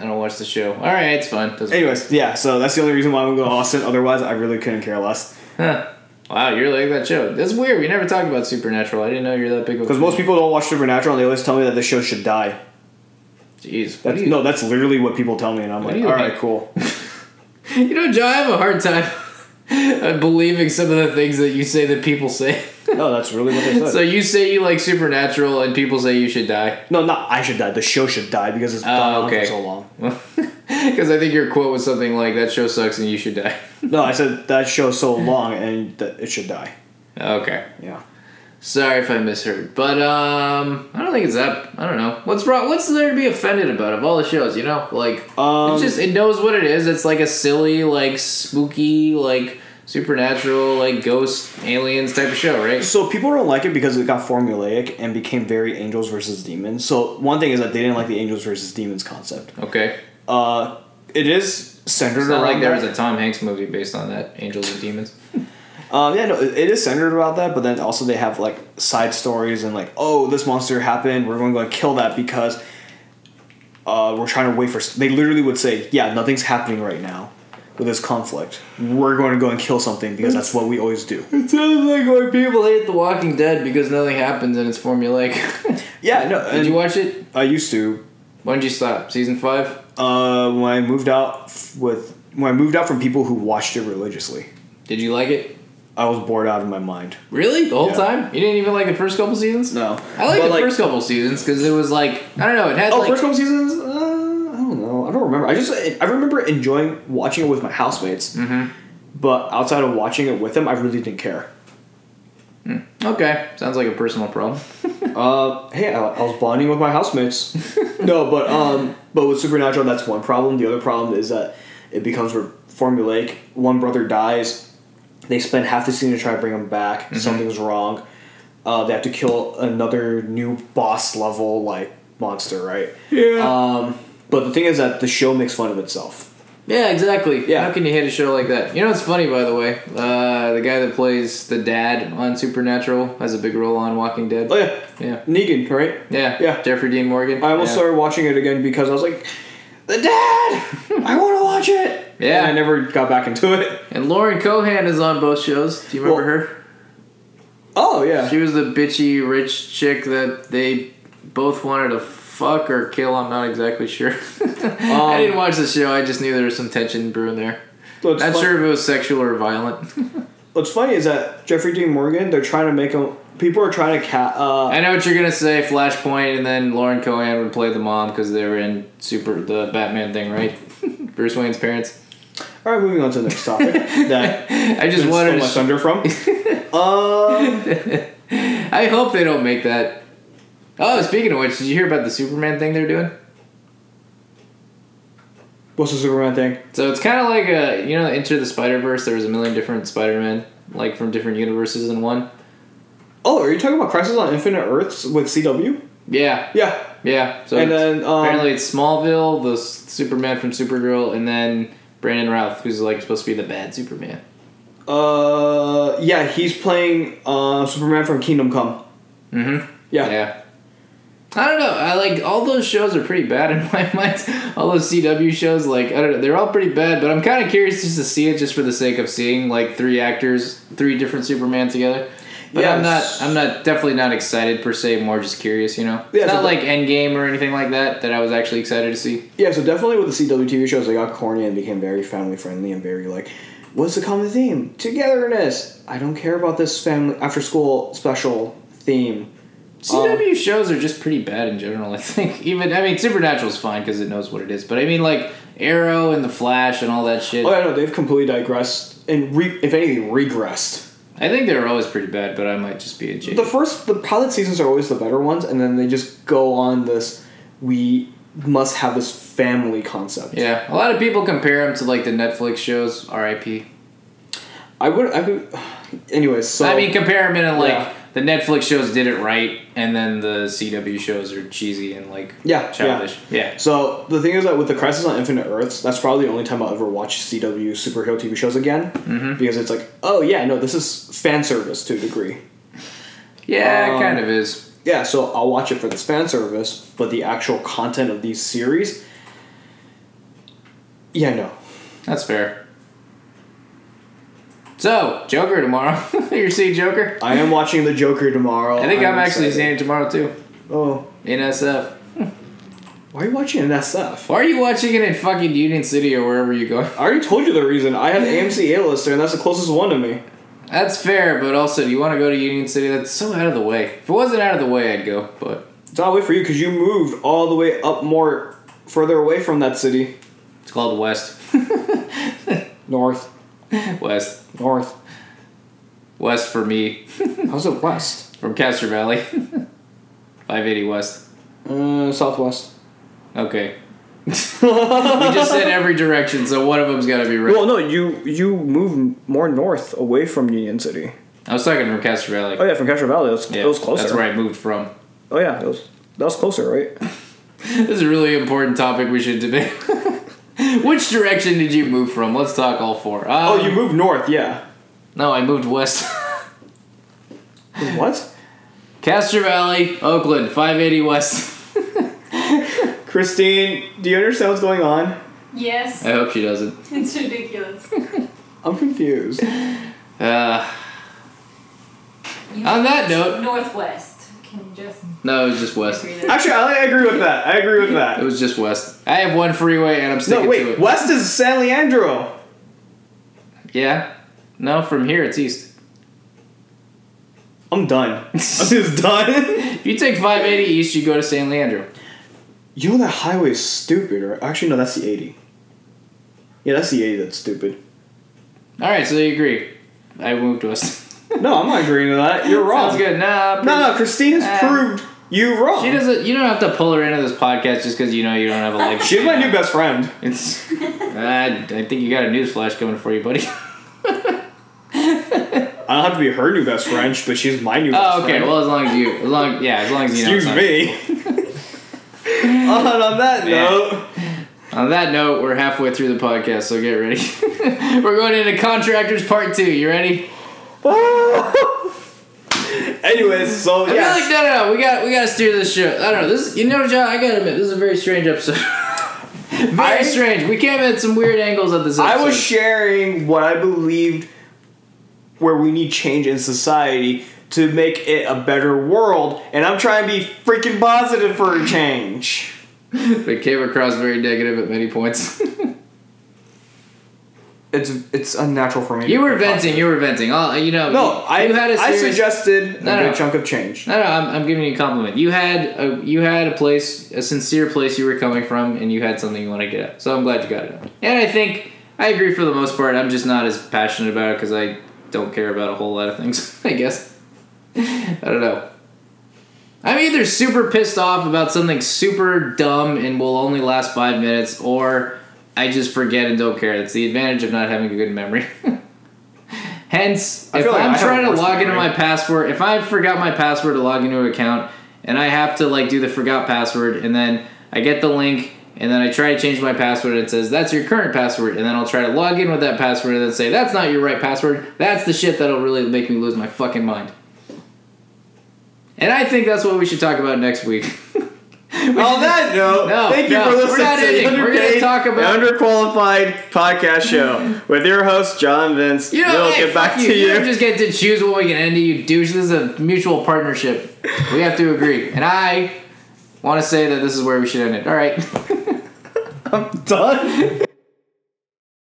[SPEAKER 2] I don't watch the show. All right, it's fun. Doesn't-
[SPEAKER 1] Anyways, yeah, so that's the only reason why I would go to Austin. Otherwise, I really couldn't care less.
[SPEAKER 2] Huh. Wow, you're like that show. That's weird. We never talked about Supernatural. I didn't know you're that big of a
[SPEAKER 1] Because most people don't watch Supernatural, and they always tell me that the show should die.
[SPEAKER 2] Jeez. what
[SPEAKER 1] That's,
[SPEAKER 2] do you,
[SPEAKER 1] no, that's literally what people tell me, and I'm
[SPEAKER 2] What
[SPEAKER 1] like,
[SPEAKER 2] do you
[SPEAKER 1] all right,
[SPEAKER 2] hate?"
[SPEAKER 1] cool.
[SPEAKER 2] you know, John, I have a hard time believing some of the things that you say that people say.
[SPEAKER 1] No, that's really what they said.
[SPEAKER 2] so you say you like Supernatural, and people say you should die.
[SPEAKER 1] no, not I should die. The show should die because it's gone on
[SPEAKER 2] Oh, okay.
[SPEAKER 1] for so long.
[SPEAKER 2] Because I think your quote was something like, that show sucks and you should die.
[SPEAKER 1] No, I said that show so long, and that it should die.
[SPEAKER 2] okay.
[SPEAKER 1] Yeah.
[SPEAKER 2] Sorry if I misheard, but um, I don't think it's that. I don't know what's wrong. What's there to be offended about of all the shows? You know, like
[SPEAKER 1] Um,
[SPEAKER 2] it's just it knows what it is. It's like a silly, like spooky, like supernatural, like ghost aliens type of show, right?
[SPEAKER 1] So people don't like it because it got formulaic and became very angels versus demons. So one thing is that they didn't like the angels versus demons concept.
[SPEAKER 2] Okay,
[SPEAKER 1] Uh, it is centered
[SPEAKER 2] it's
[SPEAKER 1] around
[SPEAKER 2] not like there
[SPEAKER 1] that.
[SPEAKER 2] was a Tom Hanks movie based on that, Angels and Demons.
[SPEAKER 1] Um, yeah, no, it it is centered about that, but then also they have like side stories and like, oh, this monster happened. We're going to go and kill that because uh, we're trying to wait for. s- They literally would say, yeah, nothing's happening right now with this conflict. We're going to go and kill something
[SPEAKER 2] Mm.
[SPEAKER 1] because that's what we always do.
[SPEAKER 2] It sounds like why people hate The Walking Dead because nothing happens and it's formulaic.
[SPEAKER 1] Yeah, no,
[SPEAKER 2] Did
[SPEAKER 1] and
[SPEAKER 2] you watch it?
[SPEAKER 1] I used to.
[SPEAKER 2] When did you stop? Season five.
[SPEAKER 1] Uh, when I moved out f- with when I moved out from people who watched it religiously,
[SPEAKER 2] Did you like it?
[SPEAKER 1] I was bored out of my mind.
[SPEAKER 2] Really? The whole
[SPEAKER 1] Yeah.
[SPEAKER 2] time? You didn't even like the first couple seasons?
[SPEAKER 1] No,
[SPEAKER 2] I like the first couple seasons because it was like I don't know. It had
[SPEAKER 1] Oh,
[SPEAKER 2] like
[SPEAKER 1] first couple seasons. Uh, I don't know. I don't remember. I just I remember enjoying watching it with my housemates,
[SPEAKER 2] Mhm.
[SPEAKER 1] but outside of watching it with them, I really didn't care.
[SPEAKER 2] okay, sounds like a personal problem.
[SPEAKER 1] Uh, hey, I, I was bonding with my housemates. no, but um, but with Supernatural, that's one problem. The other problem is that it becomes re- formulaic. One brother dies. They spend half the season to try to bring him back.
[SPEAKER 2] Mm-hmm.
[SPEAKER 1] Something's wrong. Uh, they have to kill another new boss level like monster, right?
[SPEAKER 2] Yeah.
[SPEAKER 1] Um, but the thing is that the show makes fun of itself.
[SPEAKER 2] yeah, exactly.
[SPEAKER 1] Yeah.
[SPEAKER 2] How can you hate a show like that? You know what's funny, by the way? Uh, the guy that plays the dad on Supernatural has a big role on Walking Dead.
[SPEAKER 1] Oh yeah,
[SPEAKER 2] Yeah.
[SPEAKER 1] Negan, right?
[SPEAKER 2] Yeah.
[SPEAKER 1] Yeah.
[SPEAKER 2] Jeffrey Dean Morgan.
[SPEAKER 1] I almost
[SPEAKER 2] yeah.
[SPEAKER 1] started watching it again because I was like, "The Dad, I want to watch it."
[SPEAKER 2] Yeah.
[SPEAKER 1] and I never got back into it.
[SPEAKER 2] And Lauren Cohan is on both shows. Do you remember
[SPEAKER 1] Well-
[SPEAKER 2] her?
[SPEAKER 1] Oh yeah,
[SPEAKER 2] She was the bitchy rich chick that they both wanted to fuck or kill. I'm not exactly sure.
[SPEAKER 1] Um,
[SPEAKER 2] I didn't watch the show. I just knew there was some tension brewing there.
[SPEAKER 1] what's,
[SPEAKER 2] Not
[SPEAKER 1] fun-
[SPEAKER 2] sure if it was sexual or violent.
[SPEAKER 1] what's funny is that Jeffrey Dean Morgan, they're trying to make him. People are trying to cat. Uh,
[SPEAKER 2] I know what you're gonna say, Flashpoint, and then Lauren Cohan would play the mom because they were in Super the Batman thing, right? Bruce Wayne's parents.
[SPEAKER 1] all right, moving on to the next topic that
[SPEAKER 2] I just
[SPEAKER 1] stole
[SPEAKER 2] wanted.
[SPEAKER 1] my
[SPEAKER 2] To
[SPEAKER 1] thunder from. um,
[SPEAKER 2] I hope they don't make that. Oh, speaking of which, did you hear about the Superman thing they're doing?
[SPEAKER 1] what's the Superman thing?
[SPEAKER 2] So it's kind of like a you know Enter the Spider Verse. There was a million different Spider Men, like from different universes in one.
[SPEAKER 1] Oh, are you talking about Crisis on Infinite Earths with CW?
[SPEAKER 2] Yeah,
[SPEAKER 1] Yeah,
[SPEAKER 2] yeah. So
[SPEAKER 1] and
[SPEAKER 2] it's-
[SPEAKER 1] then um,
[SPEAKER 2] apparently it's Smallville, the S- Superman from Supergirl, and then Brandon Routh, who's like supposed to be the bad Superman.
[SPEAKER 1] uh, yeah, he's playing uh, Superman from Kingdom Come.
[SPEAKER 2] Mm-hmm.
[SPEAKER 1] Yeah.
[SPEAKER 2] I don't know. I like all those shows are pretty bad in my mind. All those CW shows, like I don't know, they're all pretty bad. But I'm kind of curious just to see it, just for the sake of seeing like three actors, three different Superman together. But I'm
[SPEAKER 1] Yes.
[SPEAKER 2] not. I'm not definitely not excited per se. More just curious, you know.
[SPEAKER 1] Yeah,
[SPEAKER 2] it's
[SPEAKER 1] so
[SPEAKER 2] not
[SPEAKER 1] the- Um,
[SPEAKER 2] like Endgame or anything like that that I was actually excited to see.
[SPEAKER 1] Yeah, so definitely with the CW TV shows, they got corny and became very family friendly and very like, what's the common theme? Togetherness. I don't care about this family after school special theme.
[SPEAKER 2] CW shows are just pretty bad in general. I think even I mean Supernatural's fine because it knows what it is. But I mean like Arrow and the Flash and all that shit.
[SPEAKER 1] Oh yeah, no, they've completely digressed and re- if anything regressed.
[SPEAKER 2] I think they were always pretty bad, but I might just be a J.
[SPEAKER 1] The first, the pilot seasons are always the better ones, and then they just go on this. We must have this family concept.
[SPEAKER 2] Yeah, a lot of people compare him to like the Netflix shows. R.I.P.
[SPEAKER 1] I would. I would. Anyways, so
[SPEAKER 2] I mean, compare him in like
[SPEAKER 1] Yeah.
[SPEAKER 2] the Netflix shows did it right, and then the CW shows are cheesy and like
[SPEAKER 1] yeah, yeah.
[SPEAKER 2] childish. Yeah,
[SPEAKER 1] So the thing is that with the Crisis on Infinite Earths, that's probably the only time I'll ever watch CW superhero TV shows again
[SPEAKER 2] Mm-hmm.
[SPEAKER 1] because it's like, oh yeah, no, this is fan service to a degree.
[SPEAKER 2] yeah,
[SPEAKER 1] Um,
[SPEAKER 2] it kind of is.
[SPEAKER 1] Yeah, so I'll watch it for this fan service, but the actual content of these series, Yeah, no.
[SPEAKER 2] That's fair. So, Joker tomorrow. You're seeing Joker?
[SPEAKER 1] I am watching The Joker tomorrow.
[SPEAKER 2] I think I'm, actually
[SPEAKER 1] excited.
[SPEAKER 2] seeing it tomorrow too.
[SPEAKER 1] Oh,
[SPEAKER 2] In SF.
[SPEAKER 1] why are you watching an SF?
[SPEAKER 2] Why are you watching it in fucking Union City or wherever you go?
[SPEAKER 1] I already told you the reason. I have AMC A-lister, and that's the closest one to me.
[SPEAKER 2] That's fair, but also, do you want to go to Union City? That's so out of the way. If it wasn't out of the way, I'd go, but.
[SPEAKER 1] It's not wait for you because you moved all the way up more, further away from that city.
[SPEAKER 2] It's called West.
[SPEAKER 1] North,
[SPEAKER 2] West.
[SPEAKER 1] north.
[SPEAKER 2] West for me.
[SPEAKER 1] How's it west?
[SPEAKER 2] From Castro Valley. 580 West.
[SPEAKER 1] Uh, southwest.
[SPEAKER 2] Okay.
[SPEAKER 1] well,
[SPEAKER 2] You just said every direction, so one of them's gotta be right.
[SPEAKER 1] no, you you move more north away from Union City.
[SPEAKER 2] I was talking from Castro Valley.
[SPEAKER 1] Oh yeah, from Castro Valley. It was, it was closer.
[SPEAKER 2] That's where I moved from.
[SPEAKER 1] Oh yeah, it was, that was closer, right?
[SPEAKER 2] This is a really important topic we should debate. Which direction did you move from? Let's talk all four. Um,
[SPEAKER 1] Oh, you moved north. Yeah.
[SPEAKER 2] No, I moved west.
[SPEAKER 1] What?
[SPEAKER 2] Castro Valley, Oakland, 580 West.
[SPEAKER 1] Christine, do you understand what's going on?
[SPEAKER 3] Yes,
[SPEAKER 2] I hope she doesn't.
[SPEAKER 3] it's ridiculous.
[SPEAKER 1] I'm confused.
[SPEAKER 2] Uh,
[SPEAKER 3] You
[SPEAKER 2] On that note-
[SPEAKER 3] Northwest. Can you just
[SPEAKER 2] no, it was just west.
[SPEAKER 3] agree that?
[SPEAKER 1] Actually, I, I agree with that. I agree with
[SPEAKER 2] It
[SPEAKER 1] that.
[SPEAKER 2] was just west. I have one freeway and I'm
[SPEAKER 1] No,
[SPEAKER 2] sticking to
[SPEAKER 1] wait.
[SPEAKER 2] it.
[SPEAKER 1] West is San Leandro.
[SPEAKER 2] Yeah. No, from here it's east.
[SPEAKER 1] I'm done. I'm just done.
[SPEAKER 2] If you take 580 east, you go to San Leandro.
[SPEAKER 1] You know that highway is stupid, right? Actually, no, that's the 80. Yeah, that's the 80 that's stupid.
[SPEAKER 2] All right, so you agree. I moved west.
[SPEAKER 1] No, I'm not agreeing to that. You're wrong.
[SPEAKER 2] Sounds good. Nah.
[SPEAKER 1] No, no, Christine has
[SPEAKER 2] Uh,
[SPEAKER 1] proved you wrong.
[SPEAKER 2] She doesn't. You don't have to pull her into this podcast just because you know you don't have a leg.
[SPEAKER 1] She's my new best friend.
[SPEAKER 2] It's. I, I think you got a news flash coming for you, buddy.
[SPEAKER 1] I don't have to be her new best friend, but she's my new best
[SPEAKER 2] Oh, okay.
[SPEAKER 1] friend.
[SPEAKER 2] Well, as long as you, as long, yeah, as long as you know.
[SPEAKER 1] excuse
[SPEAKER 2] it's not-
[SPEAKER 1] me. on, on that
[SPEAKER 2] Yeah.
[SPEAKER 1] note,
[SPEAKER 2] On that note, we're halfway through the podcast, so get ready. we're going into contractors part two. You ready?
[SPEAKER 1] anyways, so
[SPEAKER 2] I
[SPEAKER 1] yeah.
[SPEAKER 2] feel like no, no, no. We got, we got to steer this ship. I don't know. This, you know, John. I gotta admit, this is a very strange episode. very
[SPEAKER 1] I-
[SPEAKER 2] strange. We came at some weird angles at this. episode.
[SPEAKER 1] I was sharing what I believed where we need change in society to make it a better world, and I'm trying to be freaking positive for a change.
[SPEAKER 2] It came across very negative at many points.
[SPEAKER 1] It's it's unnatural for me.
[SPEAKER 2] you
[SPEAKER 1] to
[SPEAKER 2] were
[SPEAKER 1] be positive.
[SPEAKER 2] venting. You were venting. All you know.
[SPEAKER 1] No,
[SPEAKER 2] you,
[SPEAKER 1] I
[SPEAKER 2] you had a
[SPEAKER 1] I
[SPEAKER 2] serious,
[SPEAKER 1] suggested
[SPEAKER 2] No,
[SPEAKER 1] a
[SPEAKER 2] no.
[SPEAKER 1] good chunk of change.
[SPEAKER 2] No, no, I'm, I'm giving you a compliment. You had a you had a place, a sincere place you were coming from, and you had something you want to get out. So I'm glad you got it out. And I think I agree for the most part. I'm just not as passionate about it because I don't care about a whole lot of things. I guess I don't know. I'm either super pissed off about something super dumb and will only last five minutes, or I just forget and don't care. That's the advantage of not having a good memory. Hence,
[SPEAKER 1] I
[SPEAKER 2] if
[SPEAKER 1] feel like I
[SPEAKER 2] I'm
[SPEAKER 1] have
[SPEAKER 2] trying
[SPEAKER 1] a
[SPEAKER 2] to
[SPEAKER 1] worse
[SPEAKER 2] log into
[SPEAKER 1] memory.
[SPEAKER 2] my password, if I forgot my password to log into an account, and I have to like do the forgot password, and then I get the link, and then I try to change my password, and it says that's your current password, and then I'll try to log in with that password, and then say that's not your right password. That's the shit that'll really make me lose my fucking mind. And I think that's what we should talk about next week.
[SPEAKER 1] On that note,
[SPEAKER 2] No,
[SPEAKER 1] thank
[SPEAKER 2] no,
[SPEAKER 1] you for
[SPEAKER 2] we're
[SPEAKER 1] listening
[SPEAKER 2] not
[SPEAKER 1] to the
[SPEAKER 2] ending. We're gonna
[SPEAKER 1] underpaid
[SPEAKER 2] talk
[SPEAKER 1] and
[SPEAKER 2] about-
[SPEAKER 1] underqualified podcast show with your host John Vince.
[SPEAKER 2] You know,
[SPEAKER 1] we'll
[SPEAKER 2] hey,
[SPEAKER 1] get back
[SPEAKER 2] fuck you.
[SPEAKER 1] to
[SPEAKER 2] you.
[SPEAKER 1] you.
[SPEAKER 2] don't just get to choose what we can end it, you douche. This is a mutual partnership. We have to agree. And I want to say that this is where we should end it. All right.
[SPEAKER 1] I'm done.